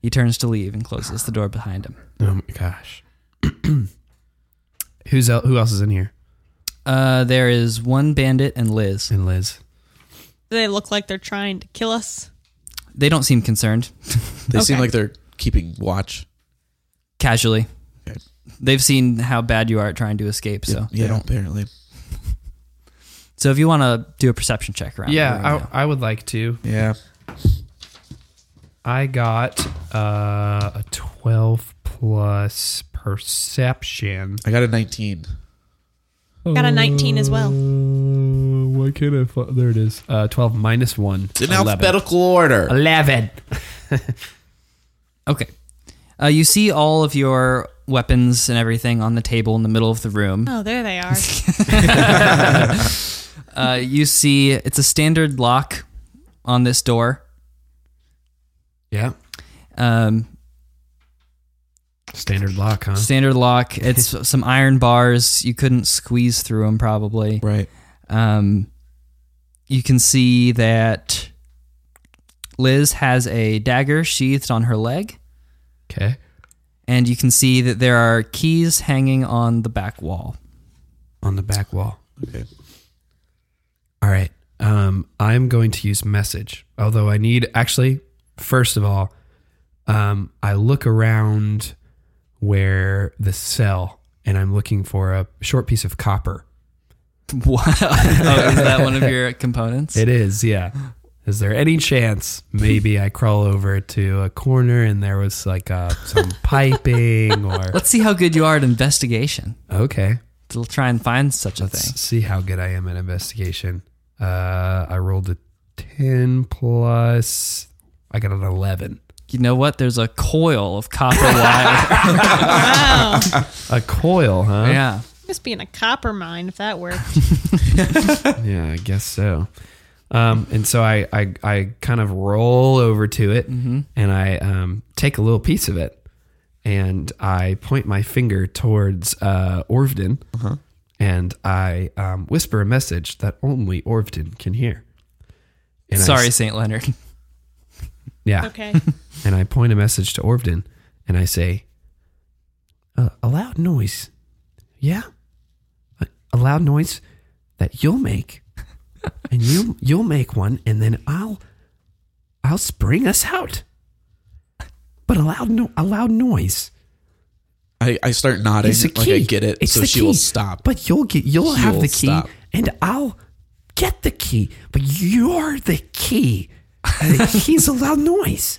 Speaker 1: He turns to leave and closes the door behind him.
Speaker 2: Oh my gosh. [CLEARS THROAT] Who's el- who else is in here?
Speaker 1: Uh, there is one bandit and Liz.
Speaker 2: And Liz.
Speaker 4: Do they look like they're trying to kill us?
Speaker 1: They don't seem concerned.
Speaker 3: They seem
Speaker 4: Okay.
Speaker 3: like they're keeping watch.
Speaker 1: Casually.
Speaker 3: Okay.
Speaker 1: They've seen how bad you are at trying to escape, so.
Speaker 3: Yeah, apparently.
Speaker 1: So if you want to do a perception check around, the room
Speaker 2: Yeah,
Speaker 1: now.
Speaker 2: I, I would like to.
Speaker 3: Yeah.
Speaker 2: I got uh, a twelve plus perception.
Speaker 3: I got a 19.
Speaker 4: Got a 19 as well.
Speaker 2: Uh, why can't I? fi- there it is. Uh, twelve minus one.
Speaker 3: In alphabetical order.
Speaker 2: Eleven.
Speaker 1: okay. Uh, you see all of your weapons and everything on the table in the middle of the
Speaker 4: [LAUGHS]
Speaker 1: room.
Speaker 4: Oh,
Speaker 2: [LAUGHS]
Speaker 4: there they are.
Speaker 1: Uh, you see it's a standard lock on this door.
Speaker 2: Yeah.
Speaker 1: Um,
Speaker 2: Standard lock, huh?
Speaker 1: standard lock. It's some iron bars. You couldn't squeeze through them probably.
Speaker 3: Right.
Speaker 1: Um, you can see that Liz has a dagger sheathed on her leg,
Speaker 2: Okay.
Speaker 1: and you can see that there are keys hanging on the back wall.
Speaker 2: On the back wall.
Speaker 3: Okay.
Speaker 2: All right. Um, I'm going to use message. Although I need actually, first of all, um, I look around where the cell and I'm looking for a short piece of copper.
Speaker 1: Wow. [LAUGHS] oh, is that one of your components?
Speaker 2: It is, yeah. Is there any chance maybe I crawl over to a corner and there was like uh some piping or
Speaker 1: Let's see how good you are at investigation.
Speaker 2: okay?
Speaker 1: To try and find such a thing.
Speaker 2: Let's see how good I am at investigation. Uh, I rolled a ten plus. I got an eleven.
Speaker 1: You know what? There's a coil of
Speaker 2: [LAUGHS]
Speaker 1: copper wire.
Speaker 4: Wow.
Speaker 2: A coil, huh?
Speaker 1: yeah.
Speaker 4: Must be in a copper mine if that worked.
Speaker 2: [LAUGHS] Yeah, I guess so. Um, and so I, I, I kind of roll over to it
Speaker 1: Mm-hmm.
Speaker 2: and I um, take a little piece of it and I point my finger towards uh, Orvden
Speaker 1: Uh-huh.
Speaker 2: and I um, whisper a message that only Orvden can hear. And I
Speaker 1: Sorry,
Speaker 2: s-
Speaker 1: St. Leonard.
Speaker 2: yeah.
Speaker 4: Okay.
Speaker 2: And I point a message to Orvden and I say, uh, a loud noise. Yeah. A, a loud noise that
Speaker 3: [LAUGHS]
Speaker 2: you'll make. and you you'll make one and then I'll I'll spring us out. But a loud no a loud noise.
Speaker 3: I, I start nodding
Speaker 2: It's a
Speaker 3: like
Speaker 2: key.
Speaker 3: I get it,
Speaker 2: It's
Speaker 3: so
Speaker 2: the
Speaker 3: she
Speaker 2: key.
Speaker 3: will stop.
Speaker 2: But you'll get you'll
Speaker 3: She
Speaker 2: have
Speaker 3: will
Speaker 2: the key
Speaker 3: stop.
Speaker 2: and I'll get the key. But you're the key. And the key's a loud noise.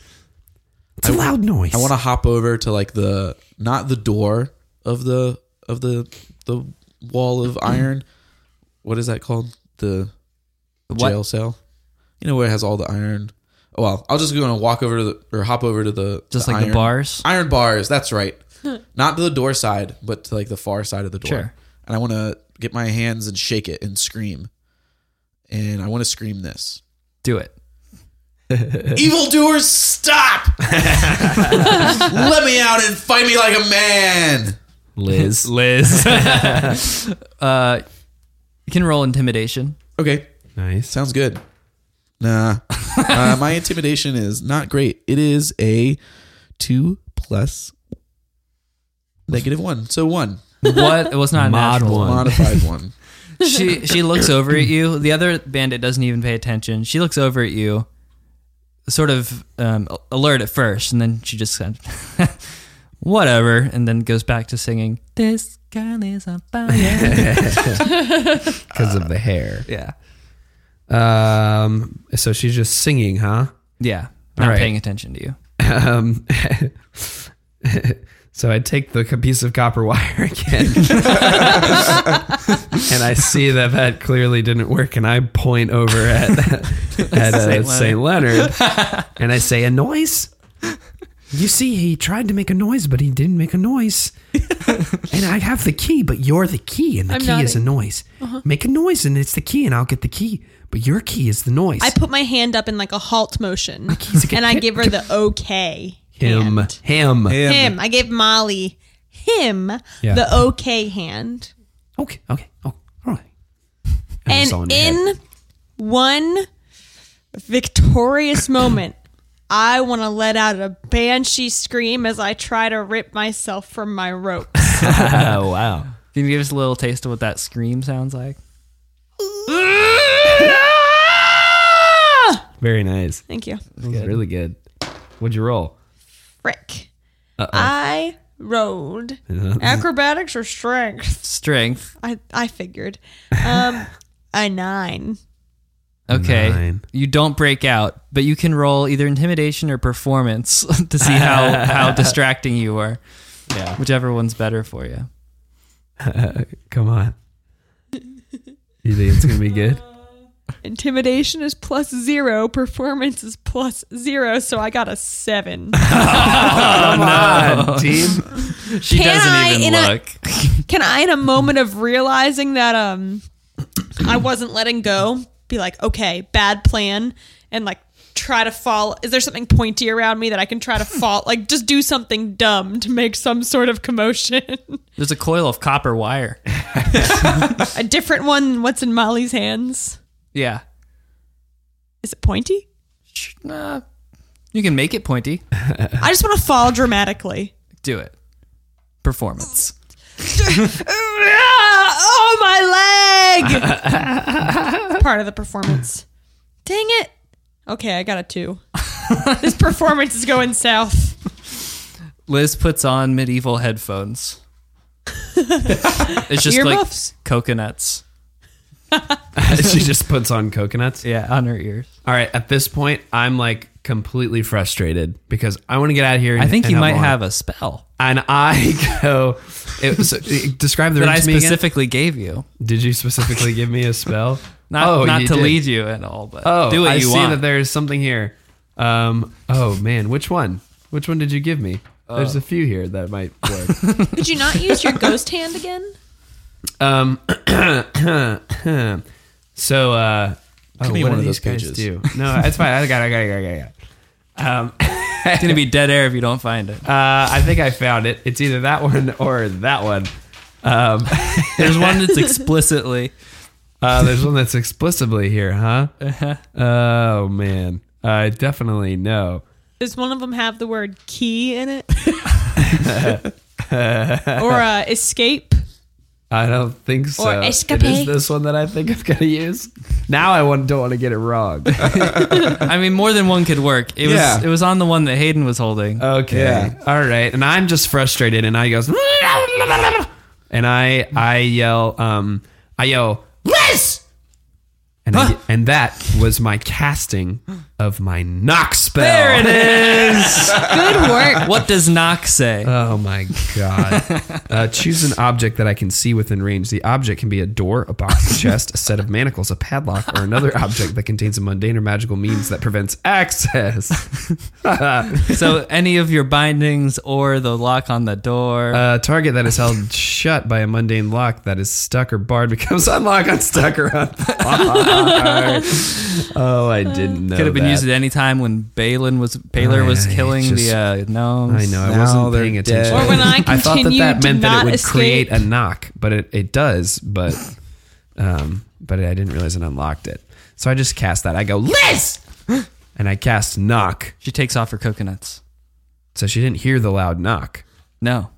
Speaker 2: It's a loud noise.
Speaker 3: I want to hop over to like the not the door of the of the the wall of
Speaker 1: Mm-hmm.
Speaker 3: iron. What is that called? The
Speaker 1: What?
Speaker 3: jail cell. You know where it has all the iron. Oh, Well, I'll just go and walk over to the or hop over to the
Speaker 1: Just
Speaker 3: the
Speaker 1: like the
Speaker 3: iron-
Speaker 1: bars?
Speaker 3: Iron bars.
Speaker 1: [LAUGHS]
Speaker 3: That's right. not to the door side, but to like the far side of the door.
Speaker 1: Sure.
Speaker 3: And I want to get my hands and shake it and scream. And I want to scream this.
Speaker 1: Do it.
Speaker 3: Evildoers, [LAUGHS] stop! Let me out and fight me like a man.
Speaker 2: Liz.
Speaker 1: Liz. uh,
Speaker 2: [LAUGHS]
Speaker 1: you can roll intimidation.
Speaker 3: Okay,
Speaker 2: Nice.
Speaker 3: sounds good. [LAUGHS] Nah, uh, my intimidation is not great. It is a two plus negative one, so one
Speaker 1: What? It was not a
Speaker 2: Mod
Speaker 1: natural
Speaker 2: one.
Speaker 3: modified one.
Speaker 2: [LAUGHS]
Speaker 1: she she looks over at you. The other bandit doesn't even pay attention. She looks over at you, sort of um, a- alert at first, and then she just kind of, [LAUGHS] whatever, and then goes back to singing. This girl is on
Speaker 2: [LAUGHS]
Speaker 1: fire.
Speaker 2: Because of the hair.
Speaker 1: yeah,
Speaker 2: Um, so she's just singing, huh?
Speaker 1: yeah, not
Speaker 2: All right.
Speaker 1: paying attention to you.
Speaker 2: Um, [LAUGHS] so I take the c- piece of copper wire [LAUGHS] again, and I see that that clearly didn't work, and I point over at [LAUGHS] at uh, Saint Leonard, [LAUGHS] and I say, "A noise." You see, he tried to make a noise, but he didn't make a [LAUGHS] noise. and I have the key, but you're the key, and the
Speaker 4: I'm
Speaker 2: key is a Uh-huh.
Speaker 4: nodding.
Speaker 2: noise. Make a noise, and it's the key, and I'll get the key. But your key is the noise.
Speaker 4: I put my hand up in like a
Speaker 2: [LAUGHS]
Speaker 4: halt motion
Speaker 2: a good
Speaker 4: and I
Speaker 2: kid.
Speaker 4: give her the okay.
Speaker 2: him,
Speaker 4: hand.
Speaker 2: him,
Speaker 4: Him. I gave Molly him
Speaker 2: Yeah.
Speaker 4: the okay hand.
Speaker 2: Okay, okay, oh, all right.
Speaker 4: And in [LAUGHS] one
Speaker 2: [COUGHS]
Speaker 4: victorious moment, I want to let out a banshee scream as I try to rip myself from my rope.
Speaker 2: oh wow,
Speaker 1: Can you give us a little taste of what that scream sounds like?
Speaker 2: very nice.
Speaker 4: [LAUGHS] Thank you.
Speaker 2: That was really good. What'd you roll?
Speaker 4: Frick. I rode acrobatics or strength.
Speaker 1: Strength.
Speaker 4: I I figured. Um, a nine.
Speaker 1: Okay.
Speaker 2: Nine.
Speaker 1: You don't break out, but you can roll either intimidation or performance [LAUGHS] to see how,
Speaker 2: [LAUGHS]
Speaker 1: how distracting you are.
Speaker 2: Yeah.
Speaker 1: Whichever one's better for you.
Speaker 2: Come on. You think it's gonna be good?
Speaker 4: Intimidation is plus zero. Performance is plus zero. So I got a seven.
Speaker 2: Come on, team.
Speaker 1: She
Speaker 4: Can
Speaker 1: doesn't
Speaker 4: I,
Speaker 1: even
Speaker 4: in a-
Speaker 1: look.
Speaker 4: Can I, in a moment of realizing that um, I wasn't letting go, be like, okay, bad plan, and like try to fall? Is there something pointy around me that I can try to fall? Like, just do something dumb to make some sort of commotion. [LAUGHS]
Speaker 1: There's a coil of copper wire.
Speaker 4: a different one than what's in Molly's hands.
Speaker 1: Yeah.
Speaker 4: Is it pointy?
Speaker 1: Sh- nah. you can make it pointy.
Speaker 4: I just want to fall dramatically. [LAUGHS]
Speaker 1: Do it. Performance.
Speaker 4: oh my leg! Part of the performance. Dang it! Okay, I got a two. this performance is going south.
Speaker 1: Liz puts on medieval headphones. It's just
Speaker 4: Ear
Speaker 1: like
Speaker 4: muffs?
Speaker 1: coconuts.
Speaker 2: she just puts on coconuts.
Speaker 1: Yeah, on her ears.
Speaker 2: All right. At this point, I'm like completely frustrated because I want to get out of here. And,
Speaker 1: I think
Speaker 2: and
Speaker 1: you might
Speaker 2: more.
Speaker 1: have a spell
Speaker 2: And I [LAUGHS] go. It was, uh, describe the
Speaker 1: that
Speaker 2: room
Speaker 1: I
Speaker 2: to me again.
Speaker 1: specifically gave you.
Speaker 2: Did you specifically give me a spell? Oh,
Speaker 1: Not not
Speaker 2: you
Speaker 1: to
Speaker 2: did.
Speaker 1: lead you at all, but
Speaker 2: Oh,
Speaker 1: do what
Speaker 2: I
Speaker 1: you
Speaker 2: see
Speaker 1: want. [LAUGHS]
Speaker 2: that there's something here. Um. Oh man, which one? Which one did you give me? There's a few here that might work.
Speaker 4: Did you not use your ghost hand again?
Speaker 2: Um, [COUGHS] so, uh, oh,
Speaker 3: be
Speaker 2: what
Speaker 3: one of
Speaker 2: do these
Speaker 3: those
Speaker 2: guys
Speaker 3: pages.
Speaker 2: do? No, it's fine. I got it. I got it. I got it. I got it. Um,
Speaker 1: it's gonna be dead air if you don't find it.
Speaker 2: uh, I think I found it. It's either that one [LAUGHS] or that one. Um,
Speaker 1: There's one that's explicitly
Speaker 2: uh, there's one that's explicitly here, huh? Oh man, I definitely know.
Speaker 4: Does one of them have the word key in it? or uh, escape?
Speaker 2: I don't think so.
Speaker 4: Or
Speaker 2: It is
Speaker 4: escapade.
Speaker 2: this one that I think I'm gonna use. Now I want, don't want to get it wrong.
Speaker 1: I mean more than one could work. It
Speaker 2: Yeah.
Speaker 1: was it was on the one that Hayden was holding.
Speaker 2: Okay. All right. And I'm just frustrated, and I goes, [LAUGHS] and I I yell, um, I yell, Liz, and I- and that was my casting of my knock spell.
Speaker 1: there it is.
Speaker 4: Good
Speaker 1: [LAUGHS]
Speaker 4: work.
Speaker 1: what does Knock say?
Speaker 2: [LAUGHS] Oh my god! uh, choose an object that I can see within range. The object can be a door, a box, a chest, a set of manacles, a padlock, or another object that contains a mundane or magical means that prevents access.
Speaker 1: so any of your bindings or the lock on the door.
Speaker 2: A target that is held shut by a mundane lock that is stuck or barred becomes unlocked, unstuck, or unbarred. oh, I didn't know.
Speaker 1: could have been
Speaker 2: that.
Speaker 1: used at any time when Balin was Baylor was
Speaker 2: I
Speaker 1: killing
Speaker 2: just-
Speaker 1: the uh, gnomes.
Speaker 2: I know. I
Speaker 3: Now
Speaker 2: wasn't
Speaker 3: they're
Speaker 2: paying
Speaker 3: dead.
Speaker 2: attention.
Speaker 3: Or
Speaker 4: when I
Speaker 2: thought that
Speaker 4: continued
Speaker 2: that
Speaker 4: to
Speaker 2: meant that it
Speaker 4: not
Speaker 2: would
Speaker 4: escape.
Speaker 2: create a knock, but it, it does. But
Speaker 4: [LAUGHS]
Speaker 2: um, but I didn't realize it unlocked it. So I just cast that. I go Liz, and I cast knock.
Speaker 1: She takes off her coconuts.
Speaker 2: So she didn't hear the loud knock,
Speaker 1: No,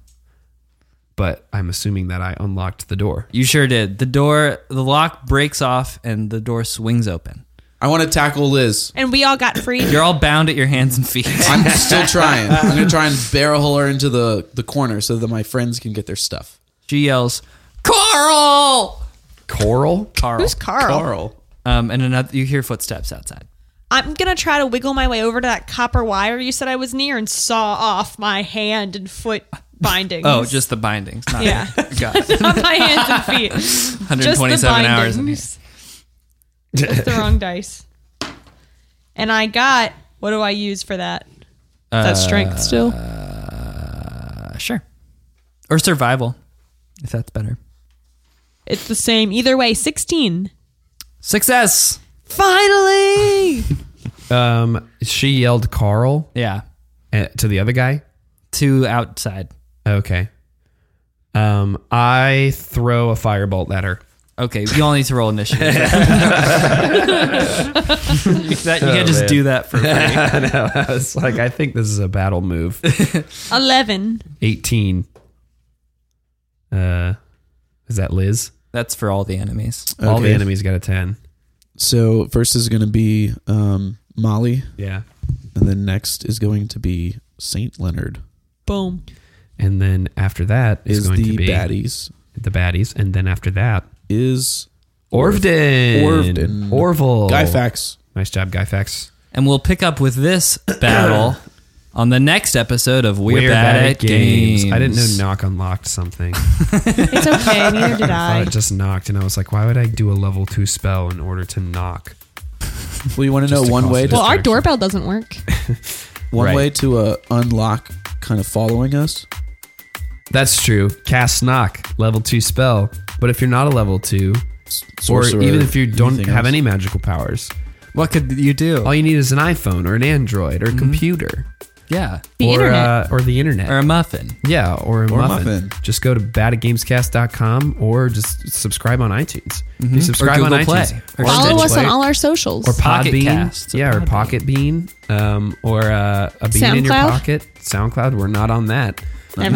Speaker 2: but I'm assuming that I unlocked the door.
Speaker 1: you sure did. The door, the lock breaks off, and the door swings open.
Speaker 3: I want to tackle Liz.
Speaker 4: And we all got free.
Speaker 1: You're all bound at your hands and
Speaker 2: [LAUGHS]
Speaker 1: feet.
Speaker 3: I'm [LAUGHS] still trying. I'm gonna try and barrel her into the the corner so that my friends can get their stuff.
Speaker 1: [LAUGHS] she yells, "Carl!"
Speaker 2: Coral.
Speaker 1: Carl.
Speaker 4: Who's Carl?
Speaker 3: Carl,
Speaker 1: Um, and another, you hear footsteps outside.
Speaker 4: I'm gonna try to wiggle my way over to that copper wire you said I was near and saw off my hand and foot bindings.
Speaker 1: Oh, just the bindings.
Speaker 4: [LAUGHS]
Speaker 1: Not
Speaker 4: yeah,
Speaker 1: Got it.
Speaker 4: not my hands and [LAUGHS] feet. Just the
Speaker 1: 127 hours. In here.
Speaker 4: bindings. That's the wrong dice. And I got what do I use for that? Is that strength still?
Speaker 1: Uh, sure. Or survival, if that's better.
Speaker 4: It's the same either way. Sixteen.
Speaker 1: Success.
Speaker 4: Finally.
Speaker 2: Um, she yelled Carl
Speaker 1: Yeah.
Speaker 2: uh, to the other guy.
Speaker 1: Two outside.
Speaker 2: Okay. Um, I throw a firebolt at her. [LAUGHS]
Speaker 1: Okay, you all need to roll initiative. that, you can't just
Speaker 2: Oh, man.
Speaker 1: do that for free.
Speaker 2: I know. I was like, I think this is a battle move.
Speaker 4: Eleven.
Speaker 2: 18. Uh, is that Liz?
Speaker 1: [LAUGHS] That's for all the enemies.
Speaker 2: All the
Speaker 3: Okay.
Speaker 2: enemies got a 10.
Speaker 3: So first is gonna be um, Molly,
Speaker 2: Yeah.
Speaker 3: and then next is going to be Saint Leonard.
Speaker 4: Boom.
Speaker 2: And then after that is,
Speaker 3: Is
Speaker 2: going
Speaker 3: the
Speaker 2: to be
Speaker 3: baddies
Speaker 2: the baddies. And then after that,
Speaker 3: is
Speaker 2: Orvden.
Speaker 3: Orvden.
Speaker 2: Orville.
Speaker 3: Guy Fax.
Speaker 2: Nice job, Guy Fax.
Speaker 1: And we'll pick up with this battle on the next episode of We're, Bad, at Games.
Speaker 2: I didn't know knock unlocked something. I
Speaker 4: It's okay. Neither did
Speaker 2: thought
Speaker 4: I.
Speaker 2: it just knocked. And I was like, why would I do a level two spell in order to knock?
Speaker 3: Well, you want to know
Speaker 2: to
Speaker 3: one
Speaker 2: cause
Speaker 3: way
Speaker 2: it
Speaker 3: to
Speaker 4: Well, our
Speaker 2: distraction.
Speaker 4: doorbell doesn't work.
Speaker 3: one
Speaker 2: Right.
Speaker 3: way to uh, unlock kind of following us.
Speaker 2: That's true. Cast knock, level two spell. But if you're not a level two,
Speaker 3: Sorcerer,
Speaker 2: or even if you don't
Speaker 3: anything
Speaker 2: have
Speaker 3: else.
Speaker 2: any magical powers,
Speaker 1: What could you do?
Speaker 2: all you need is an iPhone or an Android or a computer
Speaker 1: yeah.
Speaker 4: The
Speaker 2: or
Speaker 4: internet.
Speaker 2: Uh, or the internet.
Speaker 1: Or a muffin.
Speaker 2: yeah, or a
Speaker 3: Or a
Speaker 2: muffin.
Speaker 3: muffin.
Speaker 2: Just go to badatgamescast.com or just subscribe on iTunes. If you subscribe
Speaker 1: Or
Speaker 2: on
Speaker 1: Google Play.
Speaker 2: iTunes.
Speaker 1: Or
Speaker 4: Follow
Speaker 2: Google
Speaker 4: us
Speaker 2: Play.
Speaker 4: on all our socials.
Speaker 2: or
Speaker 1: Pocket
Speaker 2: Podbean.
Speaker 1: Casts.
Speaker 2: Yeah, or Pocket Bean. Um, or uh, a bean in your
Speaker 4: SoundCloud.
Speaker 2: pocket. SoundCloud. We're not on that.
Speaker 4: Never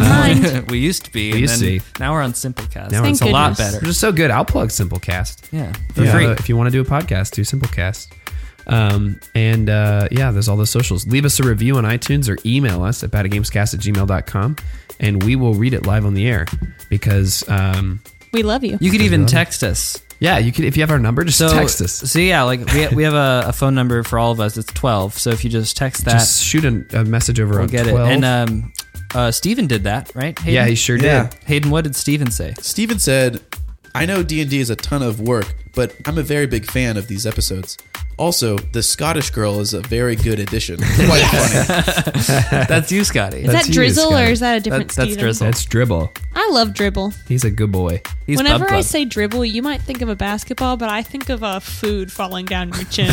Speaker 1: [LAUGHS]
Speaker 4: mind.
Speaker 1: we used to be. and
Speaker 2: used to
Speaker 1: then
Speaker 2: be.
Speaker 1: Now we're on Simplecast.
Speaker 2: Now we're on
Speaker 1: it's a lot
Speaker 4: Simplecast.
Speaker 1: better.
Speaker 2: We're just so good. I'll plug Simplecast.
Speaker 1: Yeah.
Speaker 2: For
Speaker 1: For
Speaker 2: free.
Speaker 1: free.
Speaker 2: If you want to do a podcast, do Simplecast. Um, and uh, yeah, there's all the socials. Leave us a review on iTunes or email us at badagamescast at gmail.com and we will read it live on the air because, um,
Speaker 4: We love you.
Speaker 1: You could even text us.
Speaker 2: yeah, you could, if you have our number, just
Speaker 1: So
Speaker 2: text us.
Speaker 1: So yeah, like we, we have a, a phone number for all of us. It's twelve. So if you just text that,
Speaker 2: Just shoot a, a message over
Speaker 1: we'll
Speaker 2: on
Speaker 1: get
Speaker 2: 12.
Speaker 1: it. And um, uh, Steven did that, right? Hayden?
Speaker 2: yeah, he sure
Speaker 3: Yeah.
Speaker 2: did.
Speaker 1: Hayden, what did Steven
Speaker 2: [LAUGHS]
Speaker 1: say?
Speaker 3: Steven said, I know D&D is a ton of work, but I'm a very big fan of these episodes. Also, the Scottish girl is a very good addition. [LAUGHS] Quite funny.
Speaker 1: That's you, Scotty.
Speaker 4: Is
Speaker 2: That's
Speaker 4: that
Speaker 2: you,
Speaker 4: drizzle
Speaker 2: Scott.
Speaker 4: or is that a different
Speaker 1: That- that's
Speaker 4: Steven?
Speaker 1: drizzle.
Speaker 2: That's Dribble.
Speaker 4: I love dribble.
Speaker 2: He's a good boy.
Speaker 1: He's
Speaker 4: Whenever
Speaker 1: Bub
Speaker 4: I
Speaker 1: Bub.
Speaker 4: say dribble, you might think of a basketball, but I think of a food falling down your
Speaker 3: [LAUGHS]
Speaker 4: chin.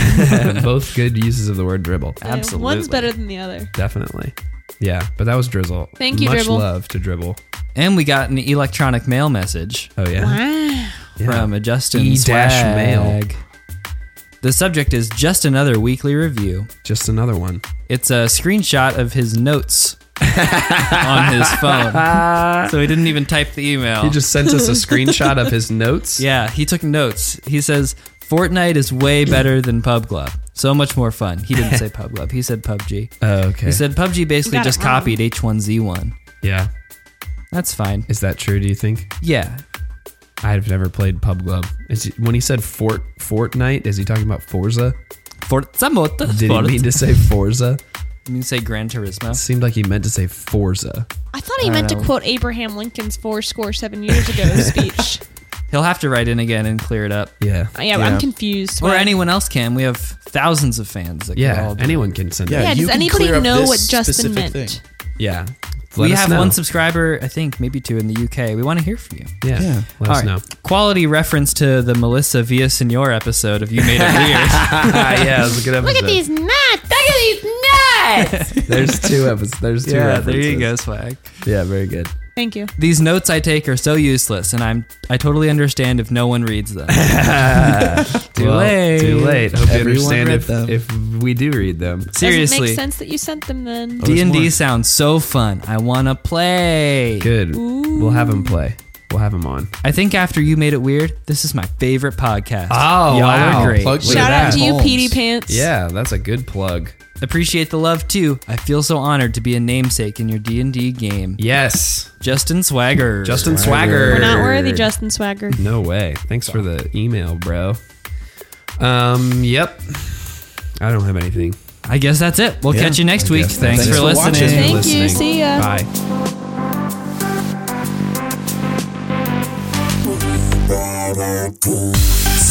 Speaker 1: [LAUGHS]
Speaker 2: Both good uses of the word dribble.
Speaker 1: Absolutely.
Speaker 4: One's better than the other.
Speaker 2: Definitely. Yeah, but that was Drizzle.
Speaker 4: Thank you,
Speaker 2: Much
Speaker 4: Dribble.
Speaker 2: love to Dribble.
Speaker 1: and we got an electronic mail message
Speaker 2: Oh, yeah.
Speaker 4: Wow.
Speaker 2: Yeah.
Speaker 1: from a Justin
Speaker 2: E-mail.
Speaker 1: Swag. The subject is just another weekly review.
Speaker 2: Just another one.
Speaker 1: It's a screenshot of his
Speaker 2: [LAUGHS]
Speaker 1: notes on his phone. So he didn't even type the email.
Speaker 2: He just sent us a screenshot of his notes. [LAUGHS]
Speaker 1: yeah, he took notes. He says Fortnite is way better than Pub Club. So much more fun. He
Speaker 2: [LAUGHS]
Speaker 1: didn't say Pub Club. He said PUBG.
Speaker 2: Oh, okay.
Speaker 1: He said PUBG basically
Speaker 4: You got it
Speaker 1: just
Speaker 4: wrong.
Speaker 1: copied H1Z1.
Speaker 2: yeah.
Speaker 1: That's fine.
Speaker 2: Is that true, do you think?
Speaker 1: Yeah.
Speaker 2: I've never played Pub Glove. Is he, when he said Fort Fortnite, is he talking about Forza?
Speaker 1: Forza Motor
Speaker 2: Did
Speaker 1: Sport.
Speaker 2: he mean to say Forza?
Speaker 1: You mean say Gran Turismo?
Speaker 2: It seemed like he meant to say Forza.
Speaker 4: I thought he
Speaker 1: I
Speaker 4: meant to
Speaker 1: know.
Speaker 4: quote Abraham Lincoln's four score seven
Speaker 3: [LAUGHS]
Speaker 4: years ago speech.
Speaker 1: He'll have to write in again and clear it up.
Speaker 2: Yeah.
Speaker 4: Uh, yeah,
Speaker 3: Yeah.
Speaker 4: I'm confused.
Speaker 1: Or
Speaker 4: Why-
Speaker 1: anyone else can. We have thousands of fans. That could
Speaker 2: Yeah.
Speaker 1: all do
Speaker 2: Anyone can send
Speaker 3: Yeah.
Speaker 2: it.
Speaker 4: Yeah,
Speaker 3: you
Speaker 4: does
Speaker 3: can
Speaker 4: anybody
Speaker 3: clear up
Speaker 4: know
Speaker 3: this
Speaker 4: what Justin
Speaker 3: specific
Speaker 4: meant?
Speaker 3: thing.
Speaker 2: Yeah. Let
Speaker 1: we
Speaker 2: us
Speaker 1: have
Speaker 2: know.
Speaker 1: one subscriber, I think, maybe two in the UK. We want to hear from you.
Speaker 2: Yeah.
Speaker 3: Yeah.
Speaker 2: Let
Speaker 1: All
Speaker 2: us
Speaker 1: right.
Speaker 2: know.
Speaker 1: Quality reference to the Melissa Villasenor episode of You Made It
Speaker 2: [LAUGHS]
Speaker 1: Weird. [LAUGHS] Ah,
Speaker 2: yeah, it was a
Speaker 4: [LAUGHS]
Speaker 2: good episode.
Speaker 6: Look at these nuts! Look at these nuts!
Speaker 3: [LAUGHS]
Speaker 2: There's two episodes. There's two
Speaker 1: yeah, there
Speaker 2: references.
Speaker 1: you go, swag.
Speaker 2: Yeah, very good.
Speaker 4: Thank you.
Speaker 1: These notes I take are so useless, and I'm I totally understand if no one reads
Speaker 4: [LAUGHS]
Speaker 1: them. too
Speaker 2: Well,
Speaker 1: late.
Speaker 2: Too late. Hope
Speaker 3: Everyone
Speaker 2: you understand
Speaker 3: read
Speaker 2: if,
Speaker 3: them.
Speaker 2: if we do read them.
Speaker 4: Doesn't
Speaker 1: Seriously,
Speaker 4: make sense that you sent them
Speaker 3: Oh,
Speaker 4: then.
Speaker 1: D and D
Speaker 3: more.
Speaker 1: sounds so fun. I wanna play.
Speaker 2: Good. We'll have him play. We'll have him on.
Speaker 1: I think after you made it weird, this is my favorite podcast.
Speaker 2: Oh,
Speaker 1: Y'all
Speaker 2: wow.
Speaker 1: are great.
Speaker 3: Plug- Look at
Speaker 4: Shout out
Speaker 3: that.
Speaker 4: to you,
Speaker 3: Holmes.
Speaker 4: Petey Pants.
Speaker 2: Yeah, that's a good plug.
Speaker 1: Appreciate the love too. I feel so honored to be a namesake in your D and D game.
Speaker 2: Yes.
Speaker 1: Justin Swagger.
Speaker 2: Justin Swagger.
Speaker 4: We're not worthy, Justin Swagger.
Speaker 2: No way. Thanks for the email, bro. Um, yep. I don't have anything.
Speaker 1: I guess that's it. We'll
Speaker 3: Yeah,
Speaker 1: catch you next week.
Speaker 2: Yes,
Speaker 1: Thanks, for, listening.
Speaker 3: watching.
Speaker 4: Thank you.
Speaker 2: Listening.
Speaker 4: See ya.
Speaker 2: Bye.
Speaker 5: Bad ideas.